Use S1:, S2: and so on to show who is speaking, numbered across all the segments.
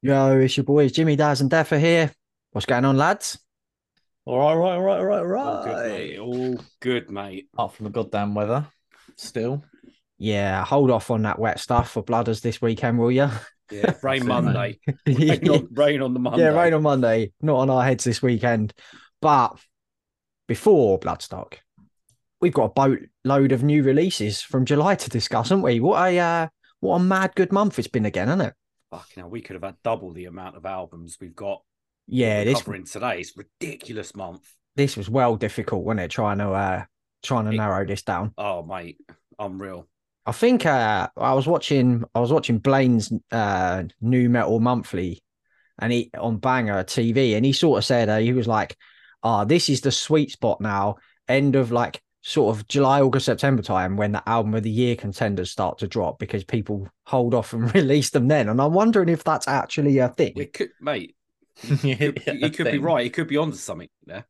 S1: Yo, it's your boys Jimmy, Daz, and Deffer here. What's going on, lads?
S2: All right, right, right,
S3: All
S2: right,
S3: good, mate.
S2: right.
S3: All good, mate.
S1: Oh,
S2: Apart from the goddamn weather, still.
S1: Yeah, hold off on that wet stuff for Bladders this weekend, will you?
S3: Yeah, rain
S2: Same,
S3: Monday.
S1: yeah,
S3: Rain on, rain on the Monday.
S1: rain on Monday, not on our heads this weekend. But before Bloodstock, we've got a boatload of new releases from July to discuss, haven't we? What a uh, what a mad good month it's been again, hasn't it?
S3: Fucking hell, we could have had double the amount of albums we've got
S1: Yeah, this
S3: covering today. It's ridiculous month.
S1: this was well difficult, wasn't it? Trying to uh, trying to
S3: It-
S1: narrow this down.
S3: Oh, mate, unreal.
S1: I think uh, I was watching I was watching Blaine's uh, New Metal Monthly, and he on Banger TV, and he sort of said uh, he was like, "Ah, this is the sweet spot now. End of like sort of July, August, September time when the album of the year contenders start to drop because people hold off and release them then." And I'm wondering if that's actually a thing.
S3: It could, mate.
S2: yeah,
S3: It, it could be right. It could be onto something there.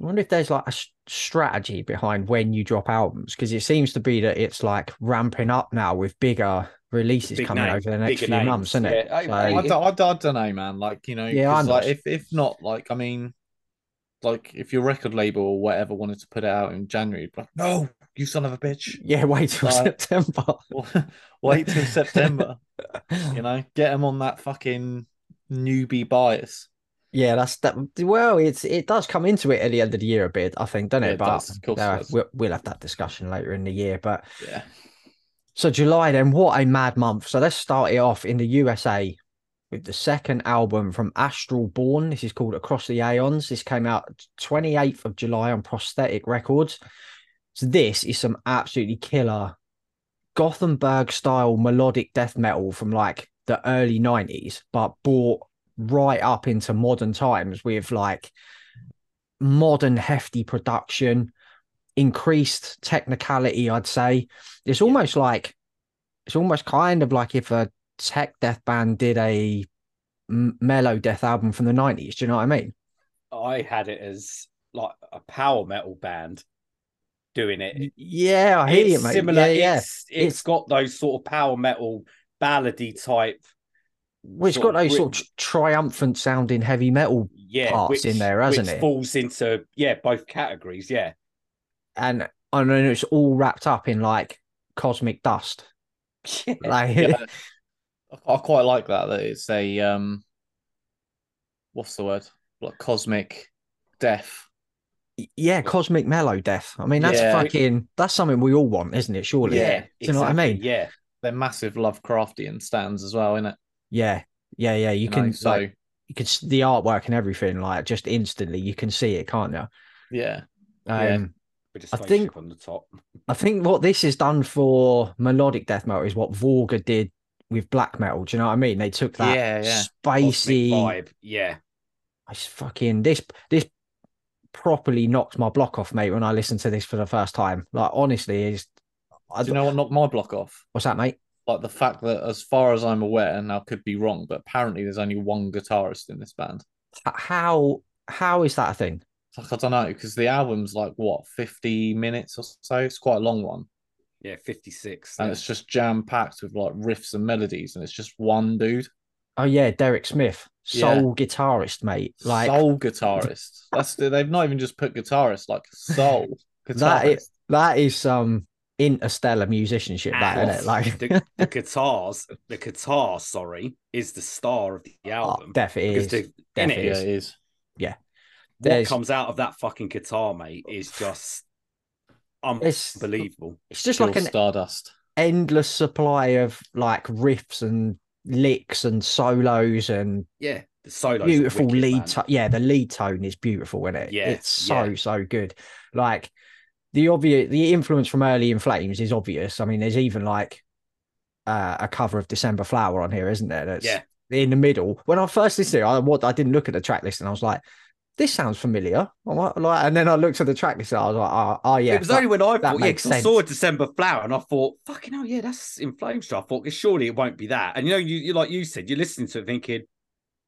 S1: I wonder if there's like a s- strategy behind when you drop albums because it seems to be that it's like ramping up now with bigger releases
S3: Big
S1: coming
S3: name,
S1: over the next
S3: bigger
S1: few
S3: names,
S1: months, isn't it?
S3: yeah. I-
S1: So-
S3: I-
S2: I don't, I, don't, I don't know, man. Like you know,
S1: Yeah,
S2: 'cause,
S1: I'm
S2: like
S1: not-
S2: if if not, like I mean, like if your record label or whatever wanted to put it out in January, you'd be like no, you son of a bitch,
S1: Yeah, wait till
S2: Like-
S1: September.
S2: wait till September. You know, get them on that fucking newbie bias.
S1: Yeah, that's that. Well, it's it does come into it at the end of the year a bit, I think, doesn't
S2: Yeah,
S1: it?
S2: it
S1: but
S2: does, of course it
S1: uh,
S2: does.
S1: we'll, we'll have that discussion later in the year. But
S2: Yeah,
S1: so July, then, what a mad month. So let's start it off in the USA with the second album from Astral Born. This is called Across the Aeons. This came out 28th of July on Prosthetic Records. So this is some absolutely killer Gothenburg style melodic death metal from like the early 90s, but brought right up into modern times with like modern hefty production, increased technicality, I'd say. It's almost like it's almost kind of like if a tech death band did a m- mellow death album from the 90s. Do you know what I mean?
S3: I had it as like a power metal band doing it.
S1: Yeah, I hear
S3: it's
S1: you, mate.
S3: similar.
S1: yeah, yeah.
S3: It's, it's got those sort of power metal ballady type.
S1: Well, it's got
S3: sort of
S1: those sort
S3: rhythm.
S1: of triumphant sounding heavy metal
S3: yeah,
S1: parts in there, hasn't
S3: which
S1: it?
S3: Falls into yeah both categories. Yeah,
S1: and and then it's all wrapped up in like cosmic dust. Like
S2: Yeah. I, I quite like that. That it's a um, what's the word? Like cosmic death.
S1: yeah, cosmic mellow death. I mean, that's
S2: Yeah.
S1: fucking that's something we all want, isn't it? Surely.
S3: yeah.
S1: Do you know what I
S3: exactly,
S1: mean?
S3: Yeah,
S2: They're massive Lovecraftian stands as well, innit?
S1: Yeah. Yeah, yeah. You
S2: You
S1: can
S2: know, so
S1: like you can s- the artwork and everything, like just instantly you can see it, can't you? Um
S2: yeah. Yeah.
S3: with a
S1: I
S3: spaceship
S1: think-
S3: on the top.
S1: I think what this has done for melodic death metal is what Vorga did with black metal. Do you know what I mean? They took that
S2: Yeah, yeah.
S3: Cosmic
S1: spicy
S3: vibe. Yeah,
S1: It's fucking this this properly knocked my block off, mate, when I listened to this for the first time. Like honestly, is I
S2: Do you know what knocked my block off?
S1: what's that, mate?
S2: Like the fact that, as far as I'm aware, and I could be wrong, but apparently there's only one guitarist in this band.
S1: H- How how is that a thing?
S2: It's Like I don't know, because the album's like what 50 minutes or so. It's quite a long one,
S3: yeah. Fifty six.
S2: and it's just jam packed with like riffs and melodies, and it's just one dude,
S1: Oh yeah, Derek Smith,
S2: Yeah.
S1: soul guitarist, mate. Like
S2: soul guitarist. That's they've not even just put guitarist, like soul guitarist.
S1: That is- that is some interstellar musicianship, that
S3: And
S1: isn't it? Like
S3: the, the guitars, the guitar, sorry, is the star of the
S1: oh,
S3: album.
S1: def it
S3: Because
S1: is.
S3: the-
S1: def
S3: innit?
S1: it
S2: yeah,
S1: is.
S2: it is.
S3: what
S1: There's-
S3: comes out of that fucking guitar, mate, is just
S1: It's-
S3: unbelievable.
S1: It's just
S2: Pure
S1: like an
S2: Stardust.
S1: endless supply of like riffs and licks and solos and
S3: Yeah, the solo
S1: beautiful lead tone. Yeah, the lead tone is beautiful, isn't it?
S3: Yeah,
S1: it's so
S3: yeah.
S1: so good. Like the obvious, the influence from early in Flames is obvious. I mean, there's even like uh, a cover of December Flower on here, isn't there? That's
S3: Yeah.
S1: in the middle. When I first listened to it, I what I didn't look at the track list and I was like, "This sounds familiar." I'm like, like- and then I looked at the track list and I was like, "Oh, oh, yeah."
S3: it was
S1: that-
S3: only when I
S1: that
S3: thought, yeah,
S1: makes
S3: 'cause I saw a December flower and I thought, fucking hell, yeah, that's in flames. I thought, surely it won't be that. And you know, you, you like you said, you're listening to it thinking,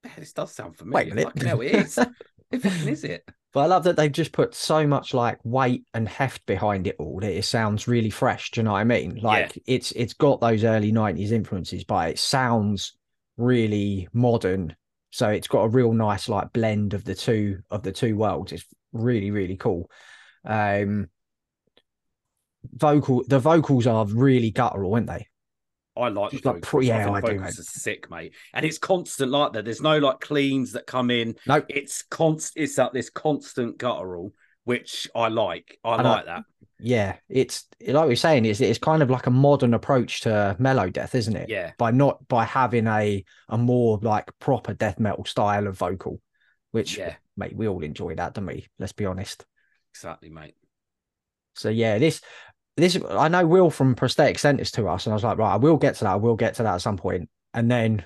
S3: yeah, this does sound
S1: Wait
S3: familiar.
S1: a minute.
S3: Fucking hell, it is. it fucking is it.
S1: But I love that they've just put so much like weight and heft behind it all that it sounds really fresh. Do you know what I mean? Like it's it's got those early nineties influences, but it sounds really modern. So it's got a real nice like blend of the two of the two worlds. It's really really cool. Um, vocal the vocals are really guttural, aren't they?
S3: I like the
S1: Just like
S3: vocals.
S1: pre- yeah,
S3: think
S1: I do,
S3: vocals
S1: mate.
S3: are sick, mate. And it's constant like that. There's no like cleans that come in.
S1: Nope.
S3: It's const. It's like this constant guttural, which I like. I
S1: And I-
S3: like that.
S1: Yeah, it's like we're saying, it's it's kind of like a modern approach to mellow death, isn't it?
S3: Yeah.
S1: By not by having a a more like proper death metal style of vocal, which
S3: Yeah.
S1: mate, we all enjoy that, don't we? Let's be honest.
S3: Exactly, mate.
S1: So yeah, this this I know Will from Prosthetic sent this to us, and I was like, right, I will get to that. I will get to that at some point. And then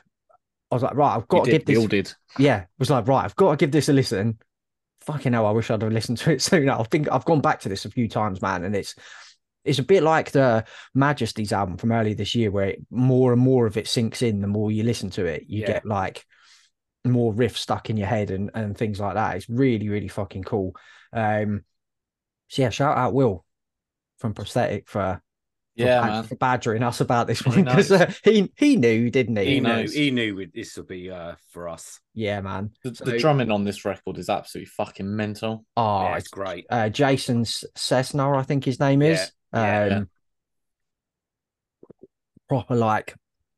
S1: I was like, right, I've got to
S2: did,
S1: give this.
S2: Bill did.
S1: Yeah, was like, right, I've got to give this a listen. Fucking hell, I wish I'd have listened to it sooner. I think I've gone back to this a few times, man, and it's it's a bit like the Majesty's album from earlier this year, where it, more and more of it sinks in. The more you listen to it, you
S3: Yeah.
S1: get like more riffs stuck in your head and and things like that. It's really really fucking cool. Um, so yeah, shout out Will from Prosthetic for for
S2: Yeah,
S1: bad-
S2: man.
S1: for badgering us about this
S2: He
S1: one because
S2: knows.
S1: uh, he he knew, didn't he?
S3: He,
S2: He
S3: knew.
S2: knows.
S3: He knew we'd- this would be uh, for us.
S1: Yeah, man.
S2: The,
S1: So-
S2: the drumming on this record is absolutely fucking mental.
S1: Oh,
S3: yeah,
S1: it's
S3: it's great.
S1: uh, Jason S- Cessna, I think his name is.
S3: yeah,
S1: um,
S2: yeah.
S1: Proper like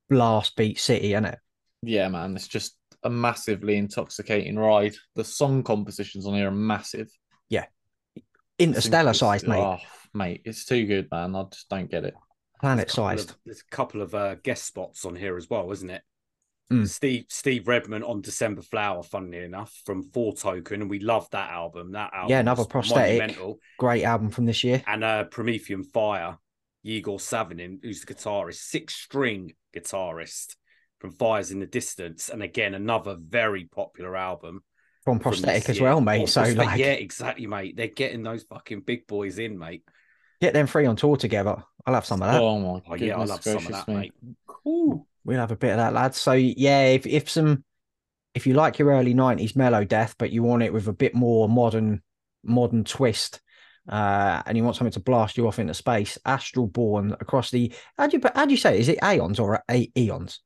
S1: blast beat city, innit?
S2: Yeah, man, it's just a massively intoxicating ride. The song compositions on here are massive. It's in-
S1: Interstellar
S2: it's-
S1: sized, mate.
S2: oh, mate, it's too good, man. I just don't get it.
S1: Planet
S3: There's a couple of-
S1: sized.
S3: There's a couple of uh, guest spots on here as well, isn't it?
S1: Mm.
S3: Steve Steve Redman on December Flower, funnily enough, from Four Token, and we love that album. That album,
S1: another
S3: was
S1: prosthetic.
S3: monumental.
S1: Great album from this year.
S3: and uh, Promethean Fire, Igor Savinin, who's the guitarist, six string guitarist from Fires in the Distance, and again another very popular album.
S1: From
S3: from this
S1: prosthetic as
S3: year.
S1: well, mate.
S3: From
S1: so
S3: Prosthetic-
S1: like
S3: yeah, exactly, mate. They're getting those fucking big boys in, mate.
S1: get them three on tour together. I'll have some of that.
S2: Oh my
S3: Oh
S2: goodness
S3: yeah, I love some
S2: gracious
S3: of that,
S2: me.
S3: mate. Cool.
S1: We'll have a bit of that, lads. So yeah, if if some if you like your early nineties mellow death, but you want it with a bit more modern modern twist, uh, and you want something to blast you off into space, Astral Born across the how do you how do you say it? is it aeons or a- eons?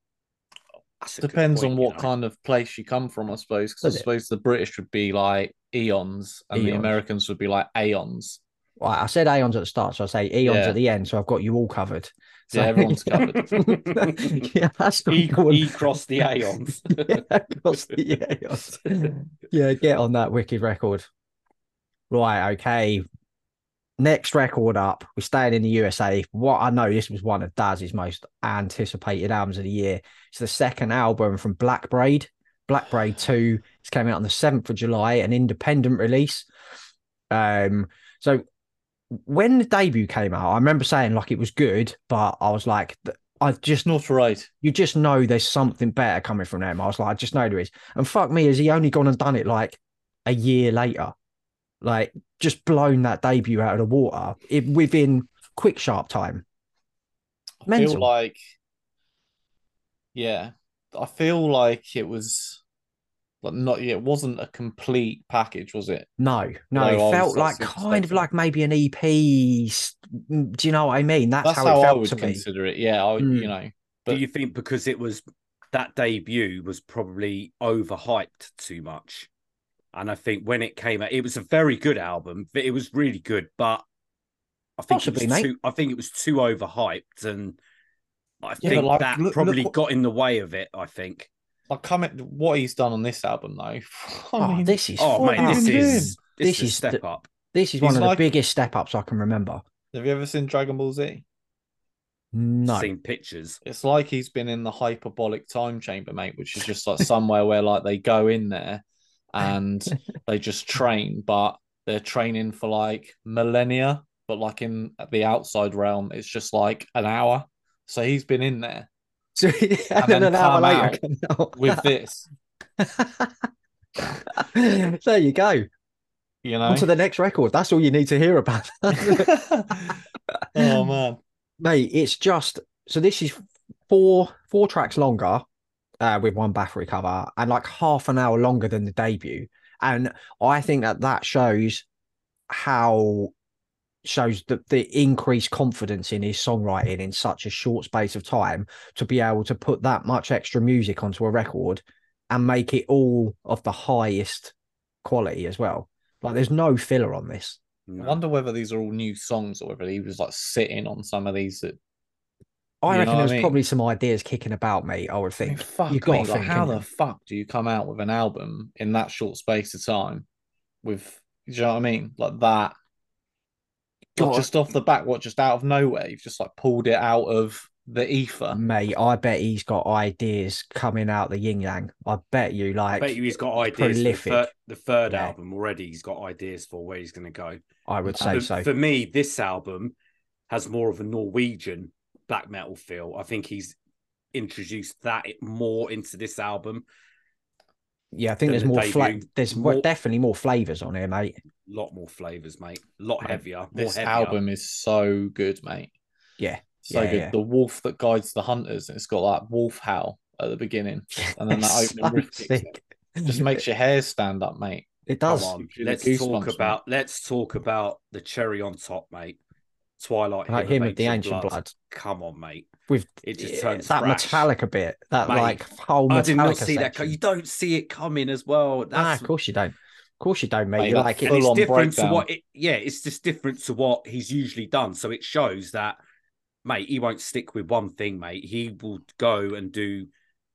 S3: That's a good
S2: Depends
S3: point,
S2: on
S3: you
S2: what
S3: know.
S2: kind of place you come from, I suppose. 'cause
S1: Does
S2: I
S1: it?
S2: suppose the British would be like eons, and the
S1: Eons.
S2: Americans would be like aeons.
S1: Well, I said aeons at the start, so I say eons
S2: Yeah.
S1: at the end. So I've got you all covered. So,
S2: Yeah, everyone's covered.
S1: yeah, Astral
S3: E,
S1: Born.
S3: e cross the aeons.
S1: yeah, across the eons. yeah, get on that wicked record. Right, okay. Next record up, we're staying in the USA. What I know, this was one of Daz's most anticipated albums of the year. It's the second album from Black Braid. Black Braid 2. It's came out on the 7th of July, an independent release. Um, so when the debut came out, I remember saying like it was good, but I was like, th- I just
S2: It's not right.
S1: you just know there's something better coming from them. I was like, I just know there is. And fuck me, has he only gone and done it like a year later? Like, just blown that debut out of the water it, within quick sharp time.
S2: I
S1: Mental.
S2: feel like, yeah, I feel like it was like not. It wasn't a complete package, was it?
S1: No, no,
S2: No, I
S1: it
S2: was
S1: felt like
S2: absolutely
S1: kind of
S2: expecting.
S1: like maybe an E EP. mm, Do you know what I mean? That's,
S2: That's
S1: how,
S2: how
S1: it
S2: I
S1: felt
S2: would
S1: to me.
S2: consider it. Yeah, I,
S1: Mm.
S2: you know,
S3: Do
S2: But-
S3: you think because it was that debut was probably overhyped too much? And I think when it came out, it was a very good album, but it was really good. But I think
S1: Possibly,
S3: it was
S1: mate.
S3: too I think it was too overhyped and I
S2: Yeah,
S3: think
S2: like,
S3: that
S2: look- look
S3: probably
S2: what-
S3: got in the way of it, I think.
S2: like comment what he's done on this album though. I
S1: Oh,
S2: mean,
S1: this is
S3: Oh
S1: fucking-
S3: man, this
S2: fucking
S3: is this,
S1: This
S3: is
S1: is
S3: a step
S1: the-
S3: up.
S1: this is one
S2: he's
S1: of
S2: like-
S1: the biggest step ups I can remember.
S2: have you ever seen Dragon Ball Z?
S1: No,
S3: Seeing pictures.
S2: It's like he's been in the hyperbolic time chamber, mate, which is just like somewhere where like they go in there and they just train, but they're training for like millennia, but like in the outside realm, it's just like an hour. So he's been in there
S1: so, and then
S2: then
S1: an hour
S2: come
S1: later,
S2: with this,
S1: there you go.
S2: you
S1: On
S2: know.
S1: to the next record. That's all you need to hear about.
S2: oh man,
S1: Mate, it's just so this is four four tracks longer, uh, with one Bathory cover and like half an hour longer than the debut. And I think that that shows how shows the, the increased confidence in his songwriting in such a short space of time to be able to put that much extra music onto a record and make it all of the highest quality as well. Like there's no filler on this.
S2: I wonder whether these are all new songs or whether he was like sitting on some of these. That
S1: I
S2: You know
S1: reckon
S2: what I
S1: there's
S2: mean?
S1: probably some ideas kicking about me, I would
S2: I mean,
S1: think.
S2: fuck
S1: you gotta
S2: me, like,
S1: think,
S2: how the
S1: innit?
S2: fuck do you come out with an album in that short space of time? With do you know what I mean? Like that, not
S1: Gotta-
S2: just off the back, what just out of nowhere? You've just like pulled it out of the ether.
S1: Mate, I bet he's got ideas coming out the yin yang. I bet you like
S3: I bet you he's got ideas. For the,
S1: prolific.
S3: thir- the third
S1: Yeah.
S3: album already, he's got ideas for where he's going to go.
S1: I would say
S3: for,
S1: so.
S3: for me, this album has more of a Norwegian black metal feel. I think he's introduced that more into this album.
S1: Yeah, I think
S3: than
S1: there's
S3: the
S1: more fla-
S3: debut.
S1: there's more,
S3: More-
S1: definitely more flavors on here, mate.
S3: A lot more flavors, mate. A lot
S2: Mate,
S3: heavier. More
S2: This
S3: heavier.
S2: album is so good, mate.
S1: Yeah.
S2: so
S1: Yeah,
S2: good.
S1: yeah.
S2: The wolf that guides the hunters, and it's got that wolf howl at the beginning, and then that
S1: It's
S2: opening riff
S1: so
S2: kicks in. just makes your hair stand up, mate.
S1: it
S3: Come
S1: does.
S3: on,
S2: Gives you the
S3: let's
S2: goosebumps,
S3: talk
S2: mate.
S3: about let's talk about the cherry on top, mate. Twilight
S1: Like him with the ancient blood.
S3: Come on, mate.
S1: With
S3: It just
S1: yeah,
S3: turns
S1: that
S3: thrash.
S1: metallic a bit, that
S3: Mate,
S1: like whole metallic.
S3: I did not see that. co-
S1: section.
S3: You don't see it coming as well.
S1: Nah,
S3: That's
S1: of course you don't. Of course you don't, mate.
S2: Mate,
S1: You're
S2: that's
S1: like
S2: full
S1: it,
S3: and it's
S2: on
S3: different
S2: breakdown.
S3: to what it yeah it's just different to what he's usually done so it shows that mate he won't stick with one thing mate he will go and do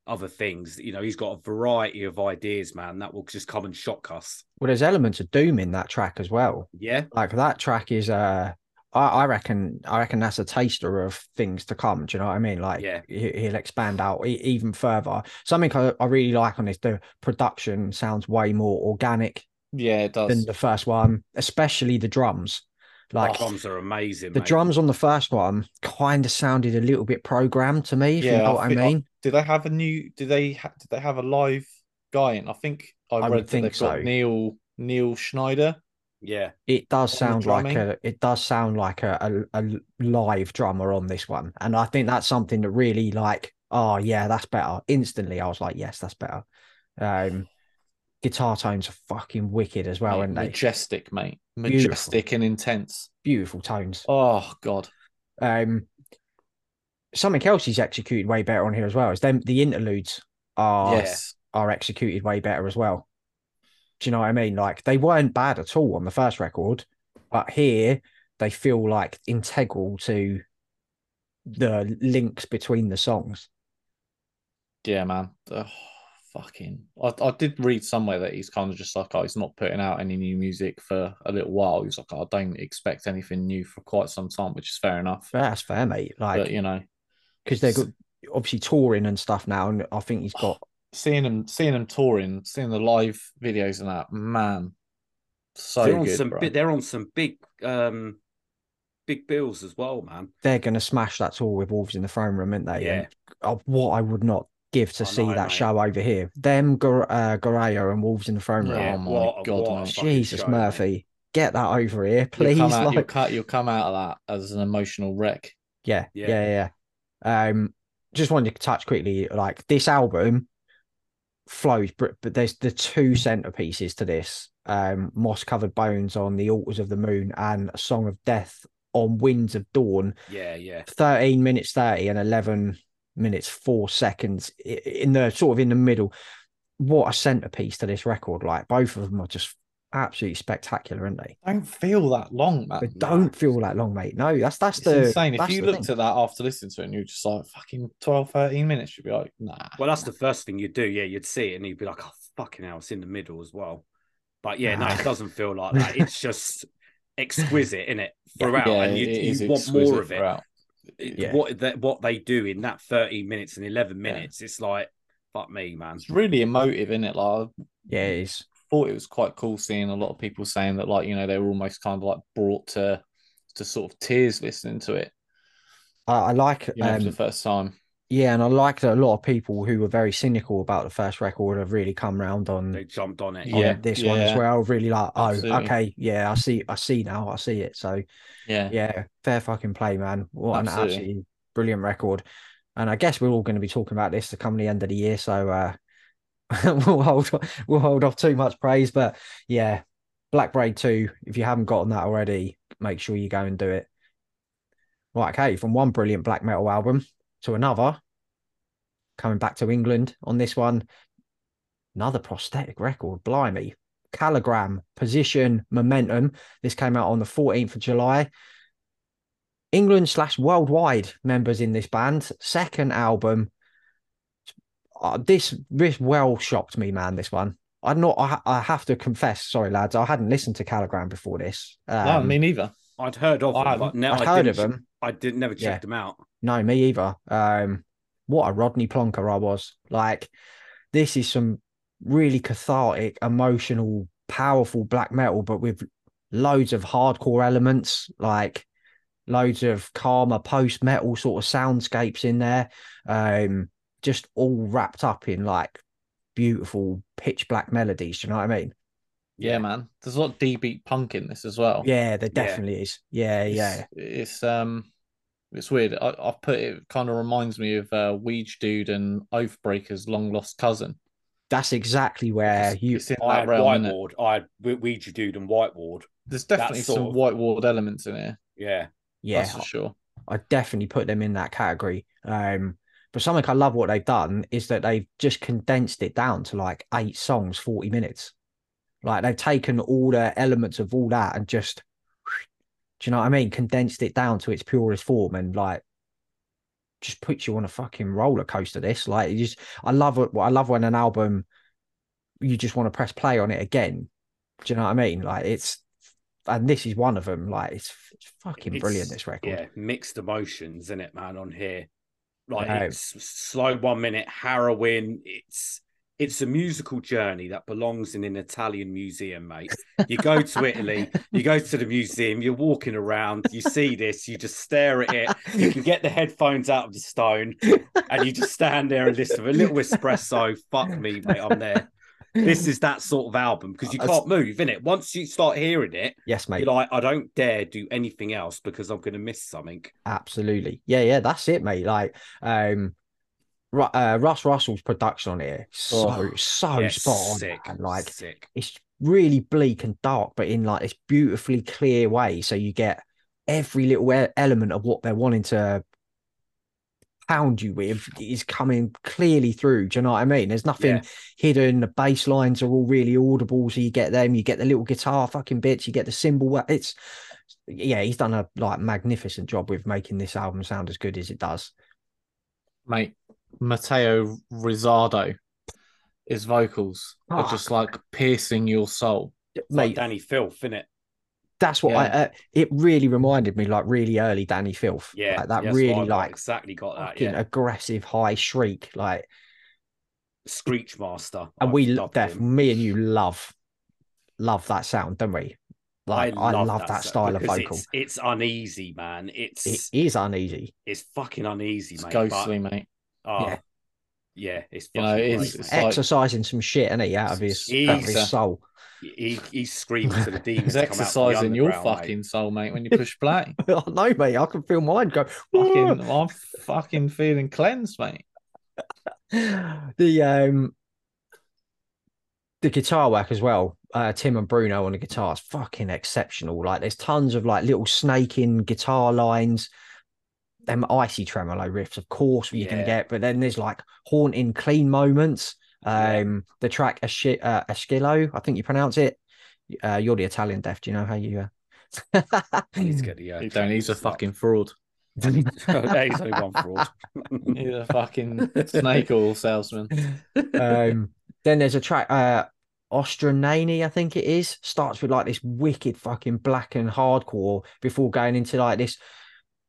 S3: other things you know he's got a variety of ideas man that will just come and shock us
S1: well, there's elements of doom in that track as well.
S3: yeah
S1: Like that track is uh I, I reckon I reckon that's a taster of things to come. Do you know what I mean? Like
S3: Yeah.
S1: he, he'll expand out e- even further. Something I, I really like on this the production sounds way more organic
S2: Yeah, it does.
S1: than the first one, especially the drums. Like
S2: Oh,
S3: drums are amazing
S1: the
S3: mate.
S1: drums on the first one kind of sounded a little bit programmed to me. If you
S2: Yeah,
S1: know
S2: I
S1: what I
S2: feel- I-
S1: mean?
S2: Do they have a new? Do they ha- did they have a live guy? And I think I,
S1: I would
S2: read that
S1: think
S2: they've
S1: so.
S2: got Neil Neil Schneider.
S3: yeah
S1: It does
S2: on the
S1: sound like
S2: drumming.
S1: a it does sound like a, a a live drummer on this one, and I think that's something that really like oh yeah that's better. Instantly, I was like yes that's better. Um, guitar tones are fucking wicked as well,
S2: mate,
S1: aren't they?
S2: majestic, mate,
S1: Beautiful.
S2: majestic and intense.
S1: Beautiful tones.
S2: Oh god,
S1: Um, something else he's executed way better on here as well is them the interludes are
S2: yes,
S1: are executed way better as well. Do you know what I mean? Like they weren't bad at all on the first record, but here they feel like integral to the links between the songs.
S2: yeah, man. Oh, fucking, I, I did read somewhere that he's kind of just like, oh, he's not putting out any new music for a little while. He's like, oh, I don't expect anything new for quite some time, which is fair enough.
S1: But that's fair, mate.
S2: but
S1: Like
S2: you know,
S1: because they're good, obviously touring and stuff now, and I think he's got
S2: seeing him seeing him touring, seeing the live videos and that, man, so
S3: they're on
S2: good,
S3: some
S2: bro.
S3: bi- they're on some big um big bills as well man
S1: they're gonna smash that tour with Wolves in the throne room, aren't they?
S3: Yeah.
S1: And, uh, what I would not give to
S3: I
S1: see
S3: know,
S1: that
S3: mate.
S1: show over here. Them Gar- uh, Garayo and Wolves in the throne room. Oh,
S2: Yeah. Oh my God,
S3: a
S2: mate.
S3: fucking
S1: Jesus
S3: show, mate.
S1: Murphy, get that over here,
S2: You'll
S1: please.
S2: come, out, you'll,
S1: like,
S2: cut, you'll come out of that as an emotional wreck.
S1: yeah, yeah,
S3: Yeah.
S1: yeah, yeah. Um, just wanted to touch quickly, like this album flows, but, but there's the two centerpieces to this: um, Moss Covered Bones on the Altars of the Moon and Song of Death on Winds of Dawn.
S3: yeah yeah
S1: 13 minutes 30 and 11 minutes 4 seconds i- in the sort of in the middle what a centerpiece to this record like both of them are just absolutely spectacular aren't they
S2: Don't feel that long, man.
S1: they don't feel that long mate no that's that's
S2: Uh, It's
S1: the
S2: insane. If
S1: that's
S2: you
S1: the
S2: looked
S1: thing.
S2: at that after listening to it and you're just like, fucking 12, 13 minutes, you'd be like, nah.
S3: Well, that's the first thing you'd do. Yeah, you'd see it and you'd be like, oh, fucking hell, it's in the middle as well. But yeah, no,
S1: Nah.
S3: it doesn't feel like that. It's just exquisite, in it, throughout.
S2: yeah,
S3: and you,
S2: it is
S3: you want
S2: exquisite
S3: more of it.
S2: throughout.
S3: It-
S1: Yeah.
S3: What, that, what they do in that 30 minutes and 11
S2: Yeah.
S3: minutes, it's like, fuck me, man.
S2: It's really emotive, isn't it? Like, I
S1: yeah it is
S2: thought it was quite cool seeing a lot of people saying that, like, you know, they were almost kind of like brought to to sort of tears listening to it,
S1: i, I like
S2: you know, for the
S1: um,
S2: first time.
S1: yeah and i like that a lot of people who were very cynical about the first record have really come round on
S3: They jumped on it.
S1: on
S2: Yeah,
S1: this one
S2: yeah.
S1: as well really like oh
S2: Absolutely.
S1: okay yeah i see i see now i see it so
S2: Yeah.
S1: yeah, fair fucking play, man. What
S2: Absolutely.
S1: an absolutely brilliant record. And I guess we're all going to be talking about this to come the end of the year, so uh, we'll hold we'll hold off too much praise. But yeah, Black Braid Two, if you haven't gotten that already, make sure you go and do it. Right, okay, from one brilliant black metal album to another, coming back to England on this one, another prosthetic record, blimey. Calligram, Position, Momentum. This came out on the 14th of July. England slash worldwide members in this band. Second album. Uh, this this well shocked me, man. This one. I not. I, I have to confess. Sorry, lads. I hadn't listened to Calligram before this. Um,
S2: no, me neither.
S3: I'd heard of
S2: I
S3: them, but now
S1: I'd
S3: I
S1: heard
S3: didn't,
S1: of them.
S3: I did never checked
S1: Yeah.
S3: them out.
S1: No, me either. Um, what a Rodney Plonker I was. Like, this is some really cathartic, emotional, powerful black metal, but with loads of hardcore elements, like loads of calmer post metal sort of soundscapes in there. Um, just all wrapped up in like beautiful pitch black melodies. Do you know what I mean?
S2: Yeah, man. There's a lot of D beat punk in this as well.
S1: Yeah, there definitely is. Yeah,
S2: Oh, It's-
S1: yeah.
S2: It's um it's weird. I, I put it kind of reminds me of uh Weege Dude and Oathbreaker's long lost cousin.
S1: That's exactly where
S2: It's-
S1: you
S2: it's in
S3: I
S2: that
S3: had
S2: realm, innit?
S3: Whiteward. I had Ouija Dude and Whiteward.
S2: There's definitely
S3: sort
S2: some
S3: of-
S2: white ward elements in here.
S3: Yeah.
S1: yeah,
S2: That's for sure.
S1: I definitely put them in that category. Um, but something I love what they've done is that they've just condensed it down to like eight songs, 40 minutes. Like they've taken all the elements of all that and just, do you know what I mean? Condensed it down to its purest form and like just puts you on a fucking roller coaster. This, like, you just, I love it. I love when an album, you just want to press play on it again. Do you know what I mean? Like, it's, and this is one of them. Like, it's, it's fucking brilliant,
S3: It's-
S1: this record.
S3: Yeah. Mixed emotions in it, man, on here. Like
S1: Wow.
S3: it's slow one minute, harrowing. It's it's a musical journey that belongs in an Italian museum, mate. You go to Italy, you go to the museum, you're walking around, you see this, you just stare at it, you can get the headphones out of the stone, and you just stand there and listen with a little espresso. Fuck me, mate, I'm there. This is that sort of album because you
S1: That's-
S3: can't move in it. Once you start hearing it,
S1: Yes, mate.
S3: you're like, I don't dare do anything else because I'm going to miss something.
S1: Absolutely. Yeah, yeah, that's it, mate. Like, um, Ru- uh, Russ Russell's production on here, so
S2: Oh,
S1: so
S3: Yeah,
S1: spot on.
S3: sick,
S1: man. Like,
S3: sick.
S1: it's really bleak and dark, but in like this beautifully clear way. So you get every little e- element of what they're wanting to pound you with is coming clearly through. Do you know what I mean? There's nothing
S3: Yeah.
S1: hidden. The bass lines are all really audible, so you get them. You get the little guitar fucking bits. You get the cymbal. It's yeah, he's done a like magnificent job with making this album sound as good as it does.
S2: Mate, Matteo Rizzardo, his vocals are
S1: Fuck.
S2: just like piercing your soul.
S3: It's like
S1: Mate,
S3: Danny Filth, innit?
S1: that's what I.
S2: yeah.
S1: Uh, it really reminded me like really early Danny Filth.
S3: Yeah,
S1: like, that
S3: that's what
S1: really
S3: I've got,
S1: like
S3: exactly got that.
S1: fucking
S3: Yeah,
S1: aggressive high shriek. Like,
S3: Screech Master.
S1: and
S3: I've
S1: we
S3: dubbed
S1: love Def,
S3: him.
S1: me and you love love that sound, don't we? Like, I, love, that,
S3: so-
S1: style of
S3: because
S1: vocal.
S3: It's, it's uneasy, man. It's
S1: It
S3: it's,
S1: is uneasy.
S3: fucking uneasy,
S2: It's
S3: mate.
S2: ghostly, mate.
S3: But, oh, yeah.
S1: Yeah.
S3: it's
S2: You
S3: fucking
S2: know, it is-
S3: great,
S2: it's
S3: mate.
S2: like-
S1: Exercising some shit, and he out of his out of
S3: Jesus.
S1: his soul.
S3: he, he screams to the demons.
S2: He's
S3: to come out from the
S2: exercising your
S3: underground, mate.
S2: fucking soul, mate, when you push play.
S1: I know, mate. I can feel mine go.
S2: fucking, I'm fucking feeling cleansed, mate.
S1: the um the guitar work as well uh tim and bruno on the guitar is fucking exceptional like there's tons of like little snaking guitar lines them icy tremolo riffs of course you can
S3: Yeah.
S1: get but then there's like haunting clean moments
S3: Yeah.
S1: um the track Ashi- uh, Ashkilo, i think you pronounce it uh you're the italian def do you know how you uh...
S3: I need to get the. Uh,
S2: You don't. He's a fucking fraud.
S3: yeah, he's only one fraud.
S2: He's a fucking snake oil salesman.
S1: um then there's a track uh Ostranani, I think it is, starts with like this wicked fucking black and hardcore before going into like this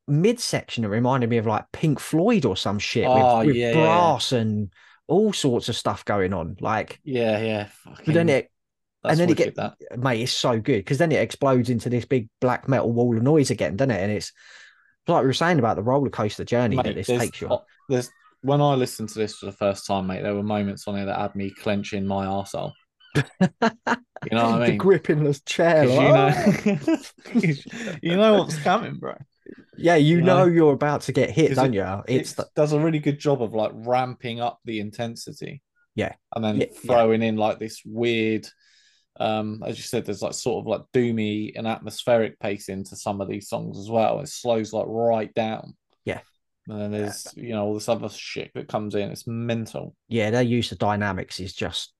S1: midsection that reminded me of like Pink Floyd or some shit with-
S2: Oh,
S1: with,
S2: yeah, yeah, yeah.
S1: brass and all sorts of stuff going on. Like,
S2: Yeah, yeah. Fucking,
S1: but then it,
S2: that's
S1: and then it
S2: wicked, that.
S1: mate, it's so good because then it explodes into this big black metal wall of noise again, doesn't it? And it's like we were saying about the roller coaster journey that
S2: Mate,
S1: this
S2: there's-
S1: takes you on.
S2: oh, There's when I listened to this for the first time, mate. There were moments on here that had me clenching my arsehole. Oh, You know what I
S1: The
S2: mean?
S1: grip in the chair. like,
S2: 'Cause
S1: "Oh!"
S2: you know, you know what's coming, bro.
S1: Yeah, you
S2: You
S1: know
S2: know?
S1: you're about to get hit,
S2: 'Cause
S1: don't
S2: it-
S1: you? It's
S2: it
S1: the,
S2: does a really good job of like ramping up the intensity.
S1: Yeah.
S2: And then
S1: Yeah, yeah.
S2: throwing in like this weird um as you said there's like sort of like doomy and atmospheric pacing to some of these songs as well it slows like right down
S1: Yeah.
S2: and then there's you know all this other shit that comes in it's mental
S1: Yeah, their use of dynamics is just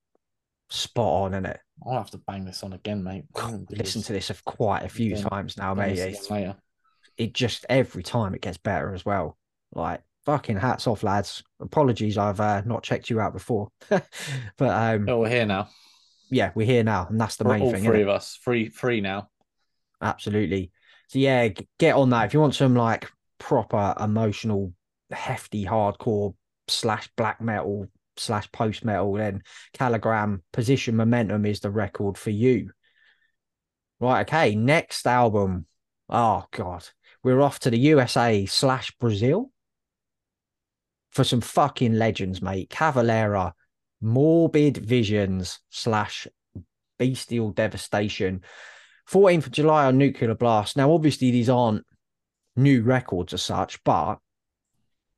S1: spot on, is it?
S2: i'll have to bang this on again mate
S1: Listen to this of quite a few
S2: Oh, Yeah.
S1: times now, mate.
S2: Bang this again
S1: It's-
S2: later.
S1: it just every time it gets better as well. Like fucking hats off, lads. Apologies, I've uh, not checked you out before, but um,
S2: oh we're here now
S1: yeah, we're here now, and that's the
S2: We're
S1: main
S2: all
S1: thing. innit?
S2: three of us free free now
S1: Absolutely. So yeah, g- get on that if you want some like proper emotional, hefty hardcore slash black metal slash post metal. Then Caligram Position Momentum is the record for you. Right. Okay. Next album. Oh god, we're off to the USA slash Brazil for some fucking legends, mate. Cavalera, Morbid Visions slash Bestial Devastation. 14th of July on Nuclear Blast. Now, obviously, these aren't new records as such, but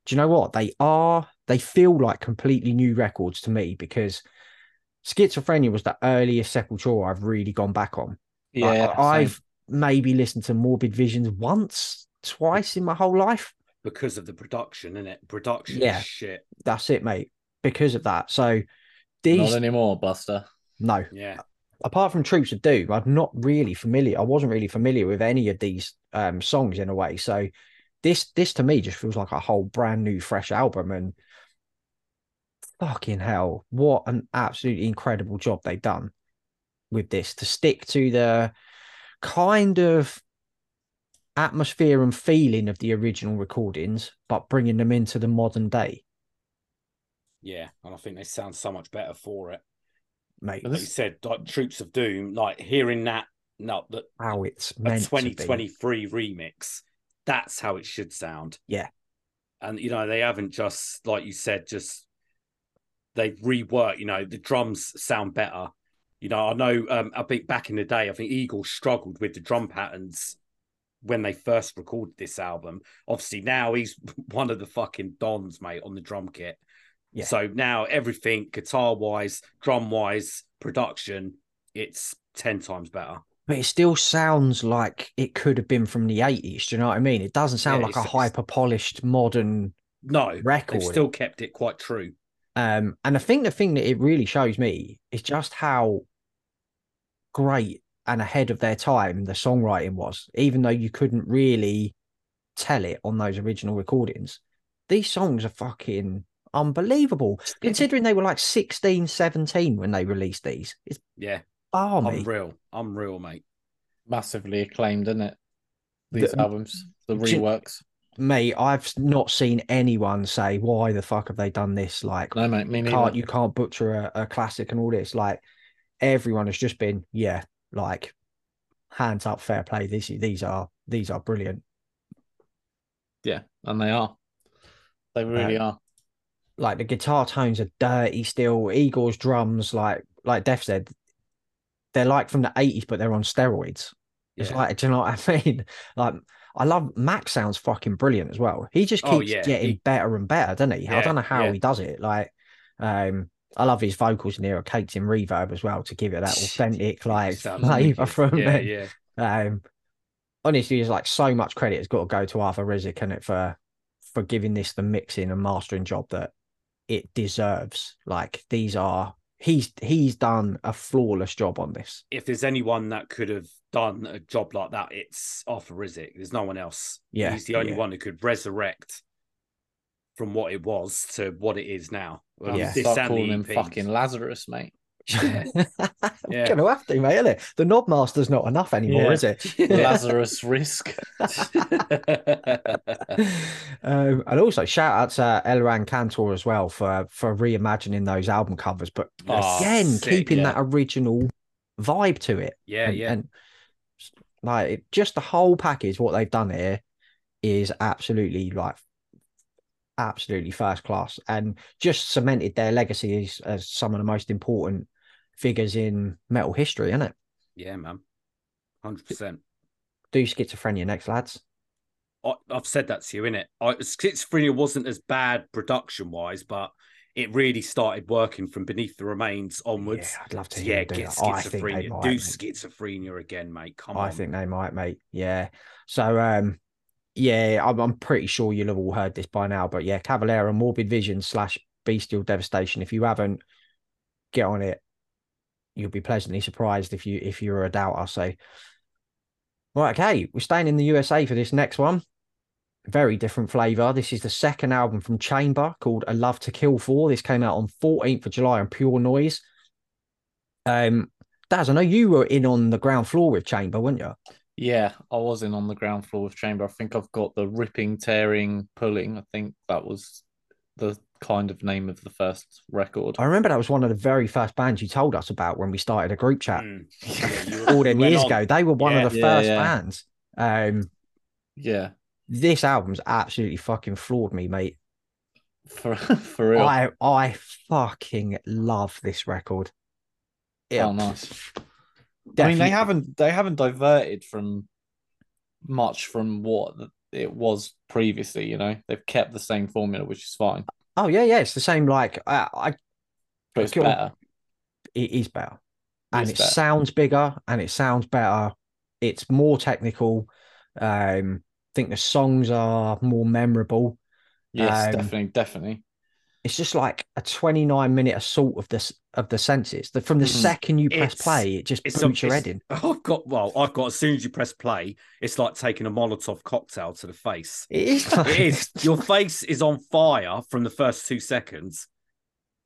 S1: do you know what? They are, they feel like completely new records to me because Schizophrenia was the earliest Sepultura I've really gone back on. Like,
S2: yeah
S1: I've maybe listened to Morbid Visions once, twice in my whole life.
S3: because of the production, and it production
S1: Yeah.
S3: is shit.
S1: That's it, mate, because of that. So
S2: same.
S1: these,
S2: not anymore buster
S1: no,
S3: Yeah,
S1: apart from Troops of Doom, I'm not really familiar. I wasn't really familiar with any of these um, songs in a way. So this this to me just feels like a whole brand new, fresh album. And fucking hell, what an absolutely incredible job they've done with this to stick to the kind of atmosphere and feeling of the original recordings, but bringing them into the modern day,
S3: yeah, and I think they sound so much better for it.
S1: mate.
S2: But
S3: Like
S2: this-
S3: you said, like Troops of Doom, like hearing that, no, that
S1: How it's
S3: a
S1: meant to be.
S3: 2023 remix. That's how it should sound.
S1: Yeah.
S3: And you know, they haven't just like you said, just they've reworked, you know, the drums sound better. You know, I know um I think back in the day, I think Eagle struggled with the drum patterns when they first recorded this album. Obviously, now he's one of the fucking dons, mate, on the drum kit.
S1: Yeah.
S3: So now everything guitar wise, drum wise, production, it's ten times better.
S1: but it still sounds like it could have been from the 80s. Do you know what I mean? It doesn't sound
S3: Yeah,
S1: like a
S3: it's- it's-
S1: hyper polished modern
S3: No,
S1: record.
S3: They've still kept it quite true.
S1: Um, and I think the thing that it really shows me is just how great and ahead of their time the songwriting was, even though you couldn't really tell it on those original recordings. These songs are fucking unbelievable. Considering they were like 16, 17 when they released these, it's
S3: Yeah, Oh,
S1: balmy.
S3: unreal, unreal, mate.
S2: massively acclaimed isn't it these
S1: The-
S2: albums the
S1: Do you-
S2: reworks
S1: mate, I've not seen anyone say why the fuck have they done this? Like,
S2: no mate me neither.
S1: can't you can't butcher a, a classic and all this? Like, everyone has just been, yeah, like, hands up, fair play. These these are these are brilliant.
S2: Yeah, and they are.
S1: Uh,
S2: They really are.
S1: Like the guitar tones are dirty still. Igor's drums, like like Def said, they're like from the eighties, but they're on steroids. It's
S3: Yeah.
S1: like, do you know what I mean? Like, I love Max sounds fucking brilliant as well. He just keeps
S3: Oh, yeah,
S1: getting
S3: he-
S1: better and better, doesn't he? I
S3: Yeah,
S1: don't know how
S3: yeah.
S1: he does it. Like, um, I love his vocals in here, are caked in reverb as well to give it that authentic like
S3: Sounds
S1: flavor
S3: wicked.
S1: from
S3: yeah,
S1: it.
S3: yeah,
S1: Um, honestly, there's like so much credit has got to go to Arthur Rizik and it for for giving this the mixing and mastering job that it deserves. Like, these are he's he's done a flawless job on this.
S3: If there's anyone that could have done a job like that, it's Arthur Rizik. There's no one else.
S1: Yeah,
S3: he's the only
S1: yeah.
S3: one who could resurrect from what it was to what it is now.
S1: Well, Yeah.
S3: this
S2: Start
S3: and the
S2: calling him
S3: EPs.
S2: fucking Lazarus, mate.
S3: Yeah. Yeah.
S1: Gonna have to, mate, innit? The knob master's not enough anymore,
S2: Yeah.
S1: is it?
S2: Lazarus risk.
S1: um, and also shout out to Elran Cantor as well for for reimagining those album covers, but
S2: Oh,
S1: again
S3: sick,
S1: keeping
S2: yeah.
S1: that original vibe to it.
S3: yeah,
S1: and,
S3: yeah.
S1: and like it, just the whole package, what they've done here is absolutely like absolutely first class, and just cemented their legacy as, as some of the most important figures in metal history, isn't it?
S3: yeah, man. Hundred percent.
S1: Do schizophrenia next, lads.
S3: I- I've said that to you, innit? I, schizophrenia wasn't as bad production wise, but it really started working from beneath the remains onwards.
S1: Yeah, I'd love to
S3: So,
S1: hear
S3: Yeah,
S1: him do
S3: get
S1: that. Oh, I think they
S3: schizophrenia.
S1: might,
S3: Do
S1: mate.
S3: schizophrenia again, mate. Come on.
S1: I think they might, mate. Yeah. So, um, yeah, I'm, I'm pretty sure you'll have all heard this by now, but yeah, Cavalera, Morbid Vision slash Bestial Devastation. If you haven't, get on it. You'll be pleasantly surprised if you if you're a doubter. So, right, okay, we're staying in the USA for this next one. Very different flavor. This is the second album from Chamber called A Love to Kill For. This came out on 14th of July on Pure Noise. Um, Daz, I know you were in on the ground floor with Chamber, weren't you?
S2: Yeah, I was in on the ground floor with Chamber. I think I've got the ripping, tearing, pulling. I think that was the kind of name of the first record.
S1: I remember that was one of the very first bands you told us about when we started a group chat
S3: Mm. Yeah, you
S1: all them
S3: went
S1: years
S3: on.
S1: ago. They were one
S3: Yeah,
S1: of the
S2: yeah,
S1: first
S2: yeah.
S1: bands. Um,
S2: Yeah,
S1: this album's absolutely fucking floored me, mate.
S2: for for real.
S1: I I fucking love this record. Yeah,
S2: Oh, nice. I mean,
S1: definitely-
S2: they haven't they haven't diverted from much from what it was previously. You know, they've kept the same formula, which is fine,
S1: Oh yeah, yeah. It's the same. Like uh, I,
S2: but it's
S1: Cool.
S2: better.
S1: it is better, and
S2: is
S1: it
S2: better.
S1: sounds bigger, and it sounds better. It's more technical. Um, I think the songs are more memorable.
S2: Yes,
S1: Um,
S2: definitely, definitely.
S1: it's just like a 29 minute assault of this of the senses that from the
S2: Mhm.
S1: second you press
S3: It's-
S1: play it just
S3: it's
S1: boots
S3: some-
S1: your
S3: it's-
S1: head in
S3: I've got well, I've got as soon as you press play, it's like taking a Molotov cocktail to the face.
S1: it is
S3: It is. Your face is on fire from the first two seconds.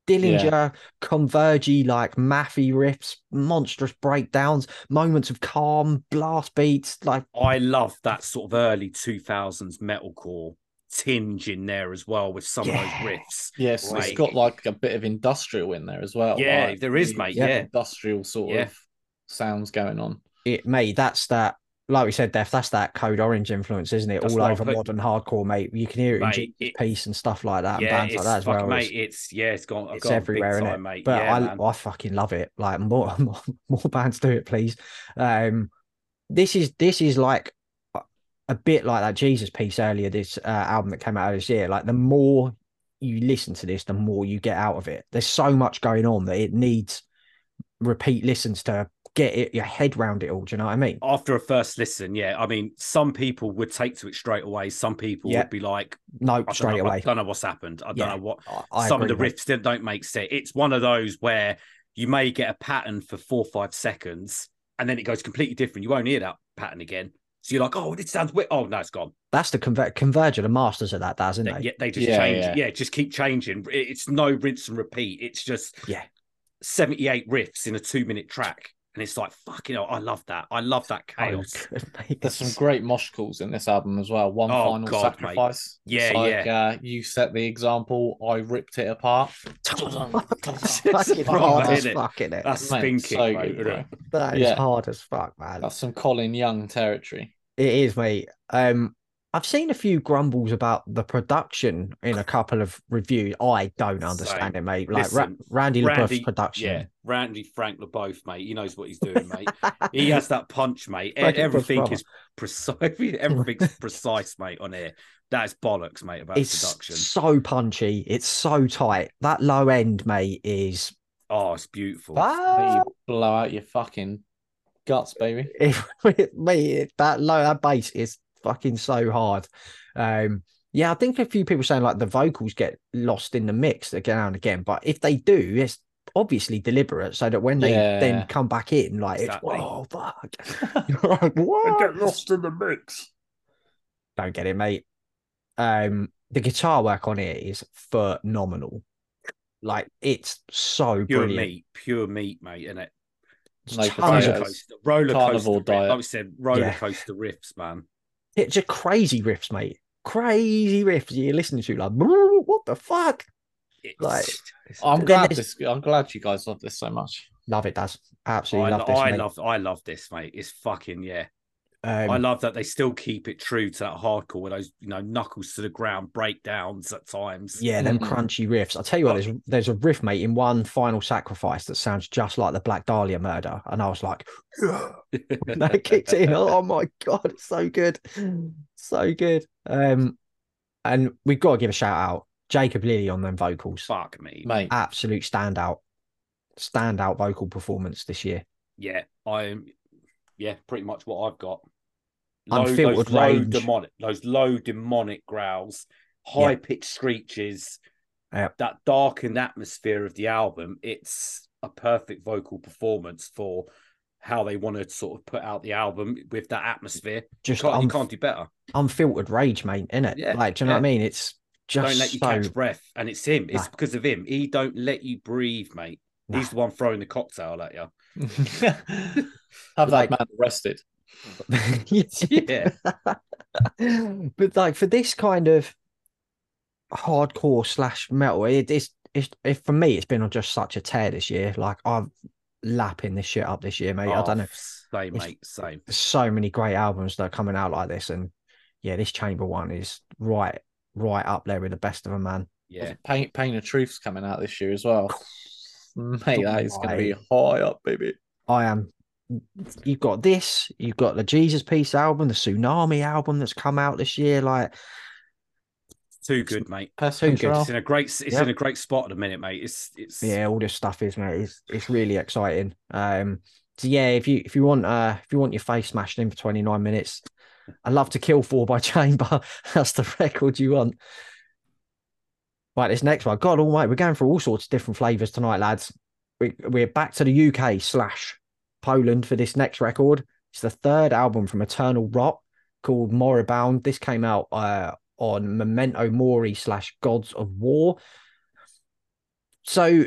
S1: dillinger convergy like mathy riffs monstrous breakdowns moments of calm blast beats like
S3: I love that sort of early 2000s metalcore tinge in there as well with some
S1: Yeah.
S3: of those riffs.
S2: Yes,
S3: Like-
S2: it's got like a bit of industrial in there as well.
S3: Yeah,
S2: like,
S3: there is,
S2: the-
S3: mate,
S2: the
S3: yeah.
S2: industrial sort
S3: Yeah.
S2: of sounds going on.
S1: it mate that's that like we said def that's that code orange influence isn't it
S3: That's
S1: all
S3: what I
S1: over
S3: put-
S1: modern hardcore mate you can hear it in
S3: Mate,
S1: Genius
S3: it-
S1: piece and stuff like that
S3: yeah,
S1: and bands
S3: it's
S1: like that as
S3: fuck-
S1: well
S3: mate.
S1: It's-
S3: It's yeah, it's gone.
S1: it's
S3: gone big
S1: everywhere, innit?
S3: time, mate.
S1: But
S3: yeah, man.
S1: I, I fucking love it. Like more, more, more bands do it, please. Um, this is this is like a- a bit like that Jesus piece earlier. This uh, album that came out this year. Like the more you listen to this, the more you get out of it. There's so much going on that it needs repeat listens to get it your head round it all. Do you know what I mean?
S3: After a first listen, yeah, I mean, some people would take to it straight away. Some people
S1: Yeah.
S3: would be like,
S1: No,
S3: I
S1: straight
S3: don't know, I
S1: away.
S3: don't know what's happened. I
S1: Yeah.
S3: don't know what
S1: I, I
S3: some of
S1: agree,
S3: the
S1: mate.
S3: riffs that don't make sense. It's one of those where you may get a pattern for four or five seconds and then it goes completely different. You won't hear that pattern again. So you're like, oh, it sounds weird. Oh, no, it's gone.
S1: That's the conver- converger, the masters at that, doesn't
S3: They,
S1: they?
S3: yeah, they just
S2: Yeah,
S3: change.
S2: yeah.
S3: it. yeah, just keep changing. It- It's no rinse and repeat. It's just
S1: Yeah.
S3: 78 riffs in a two minute track. And it's like, fucking hell, I love that. I love that
S1: Oh,
S3: chaos.
S1: good, mate.
S2: There's some great mosh calls in this album as well. One
S3: Oh,
S2: final
S3: God, mate.
S2: sacrifice.
S3: Yeah,
S2: it's like, Uh, you set the example. I ripped it apart.
S1: That's
S3: It's
S1: fucking
S3: wrong,
S1: hard as
S3: isn't it? Uh,
S1: fuck, innit?
S3: That's
S2: Mate,
S3: stinking.
S2: so
S3: mate.
S2: good, bro.
S1: That is
S2: Yeah.
S1: hard as fuck, man.
S2: That's some Colin Young territory.
S1: It is, mate. Um, I've seen a few grumbles about the production in a couple of reviews. I don't understand it, mate. Like Ra-
S3: Listen,
S1: Randy LaBeouf's
S3: Randy-
S1: production.
S3: Yeah, Randy Frank LeBoeuf, mate. He knows what he's doing, mate. he has that punch, mate. E-
S1: Fucking
S3: Everything
S1: brother.
S3: is precise. Everything's precise, mate. On here, that is bollocks, mate. About
S1: It's
S3: production.
S1: so punchy. It's so tight. That low end, mate, is
S3: Oh, it's beautiful.
S2: Make
S1: wow.
S2: you blow out your fucking guts, baby.
S1: It, mate, it- that low that bass is fucking so hard. Um, yeah, I think a few people saying like the vocals get lost in the mix again and again, but if they do, it's obviously deliberate, so that when they
S2: Yeah.
S1: then come back in, like
S3: Exactly.
S1: it's oh fuck, You're like, "What?"
S2: lost in the mix.
S1: don't get it, mate. Um, the guitar work on it is phenomenal. Like it's so
S3: Pure
S1: brilliant. Oh,
S3: meat, pure meat, mate. And it
S2: No
S1: Tons
S3: roller
S1: of-
S2: potatoes.
S3: coaster, roller coaster.
S2: Carnivore
S3: riff-
S2: diet.
S3: Like we said, roller
S1: Yeah.
S3: coaster riffs, man.
S1: It's just crazy riffs, mate. Crazy riffs you're listening to, like what the fuck?
S3: It's,
S1: Like,
S2: I'm
S1: Then
S2: glad
S1: there's-
S2: this. I'm glad you guys love this so much.
S1: Love it, Daz.
S3: I,
S1: Absolutely
S3: lo-
S1: love this.
S3: I
S1: mate.
S3: love, I love this, mate. It's fucking yeah.
S1: Um,
S3: I love that they still keep it true to that hardcore with those, you know, knuckles to the ground breakdowns at times.
S1: yeah, them
S2: Mm.
S1: crunchy riffs. I'll tell you what,
S3: Oh.
S1: there's there's a riff, mate, in one final sacrifice that sounds just like the Black Dahlia murder. And I was like, when that kicked in. Oh my god, it's so good. So good. Um and we've got to give a shout out Jacob Lilly on them vocals.
S3: Fuck me.
S2: mate.
S1: Absolute standout, standout vocal performance this year.
S3: Yeah, I'm. Yeah, pretty much what I've got.
S1: Unfiltered
S3: those low
S1: range.
S3: demonic, those low demonic growls,
S1: Yeah.
S3: high pitched screeches,
S1: Yeah.
S3: that darkened atmosphere of the album. It's a perfect vocal performance for how they want to sort of put out the album with that atmosphere.
S1: Just
S3: Can't, you
S1: unf-
S3: can't do better.
S1: unfiltered rage, mate. In it,
S3: Yeah,
S1: like, do you know
S3: yeah.
S1: what I mean? It's just
S3: don't let you
S1: so
S3: catch breath, and it's him. It's
S1: Nah.
S3: because of him. He don't let you breathe, mate.
S1: Nah.
S3: He's the one throwing the cocktail at you.
S2: Have
S1: Like-
S2: that man arrested.
S3: Yeah.
S1: but like for this kind of hardcore slash metal, it is it's it, for me. It's been on just such a tear this year. Like I'm lapping this shit up this year, mate. I
S3: Oh,
S1: don't know.
S3: Same,
S1: It's-
S3: mate. Same.
S1: There's so many great albums that are coming out like this, and yeah, this Chamber one is right right up there with the best of them, man.
S3: Yeah.
S2: Pain, Pain of Truth's coming out this year as well. Mate, that is going to be
S1: Right.
S2: high up, baby.
S1: I am. You've got this. You've got the Jesus Peace album, the Tsunami album that's come out this year. Like
S3: Too good, mate.
S2: Person
S1: good.
S2: Girl.
S3: It's in a great. It's
S1: Yep.
S3: in a great spot at the minute, mate. It's. It's.
S1: yeah, all this stuff is mate. It's it's really exciting. Um, so yeah, if you if you want uh if you want your face smashed in for twenty nine minutes, I love to kill four by chamber. That's the record you want. Right, this next one, God Almighty, we're going for all sorts of different flavors tonight, lads. We we're back to the UK slash Poland for this next record. It's the third album from Eternal Rot called Moribund. This came out uh on Memento Mori slash Gods of War so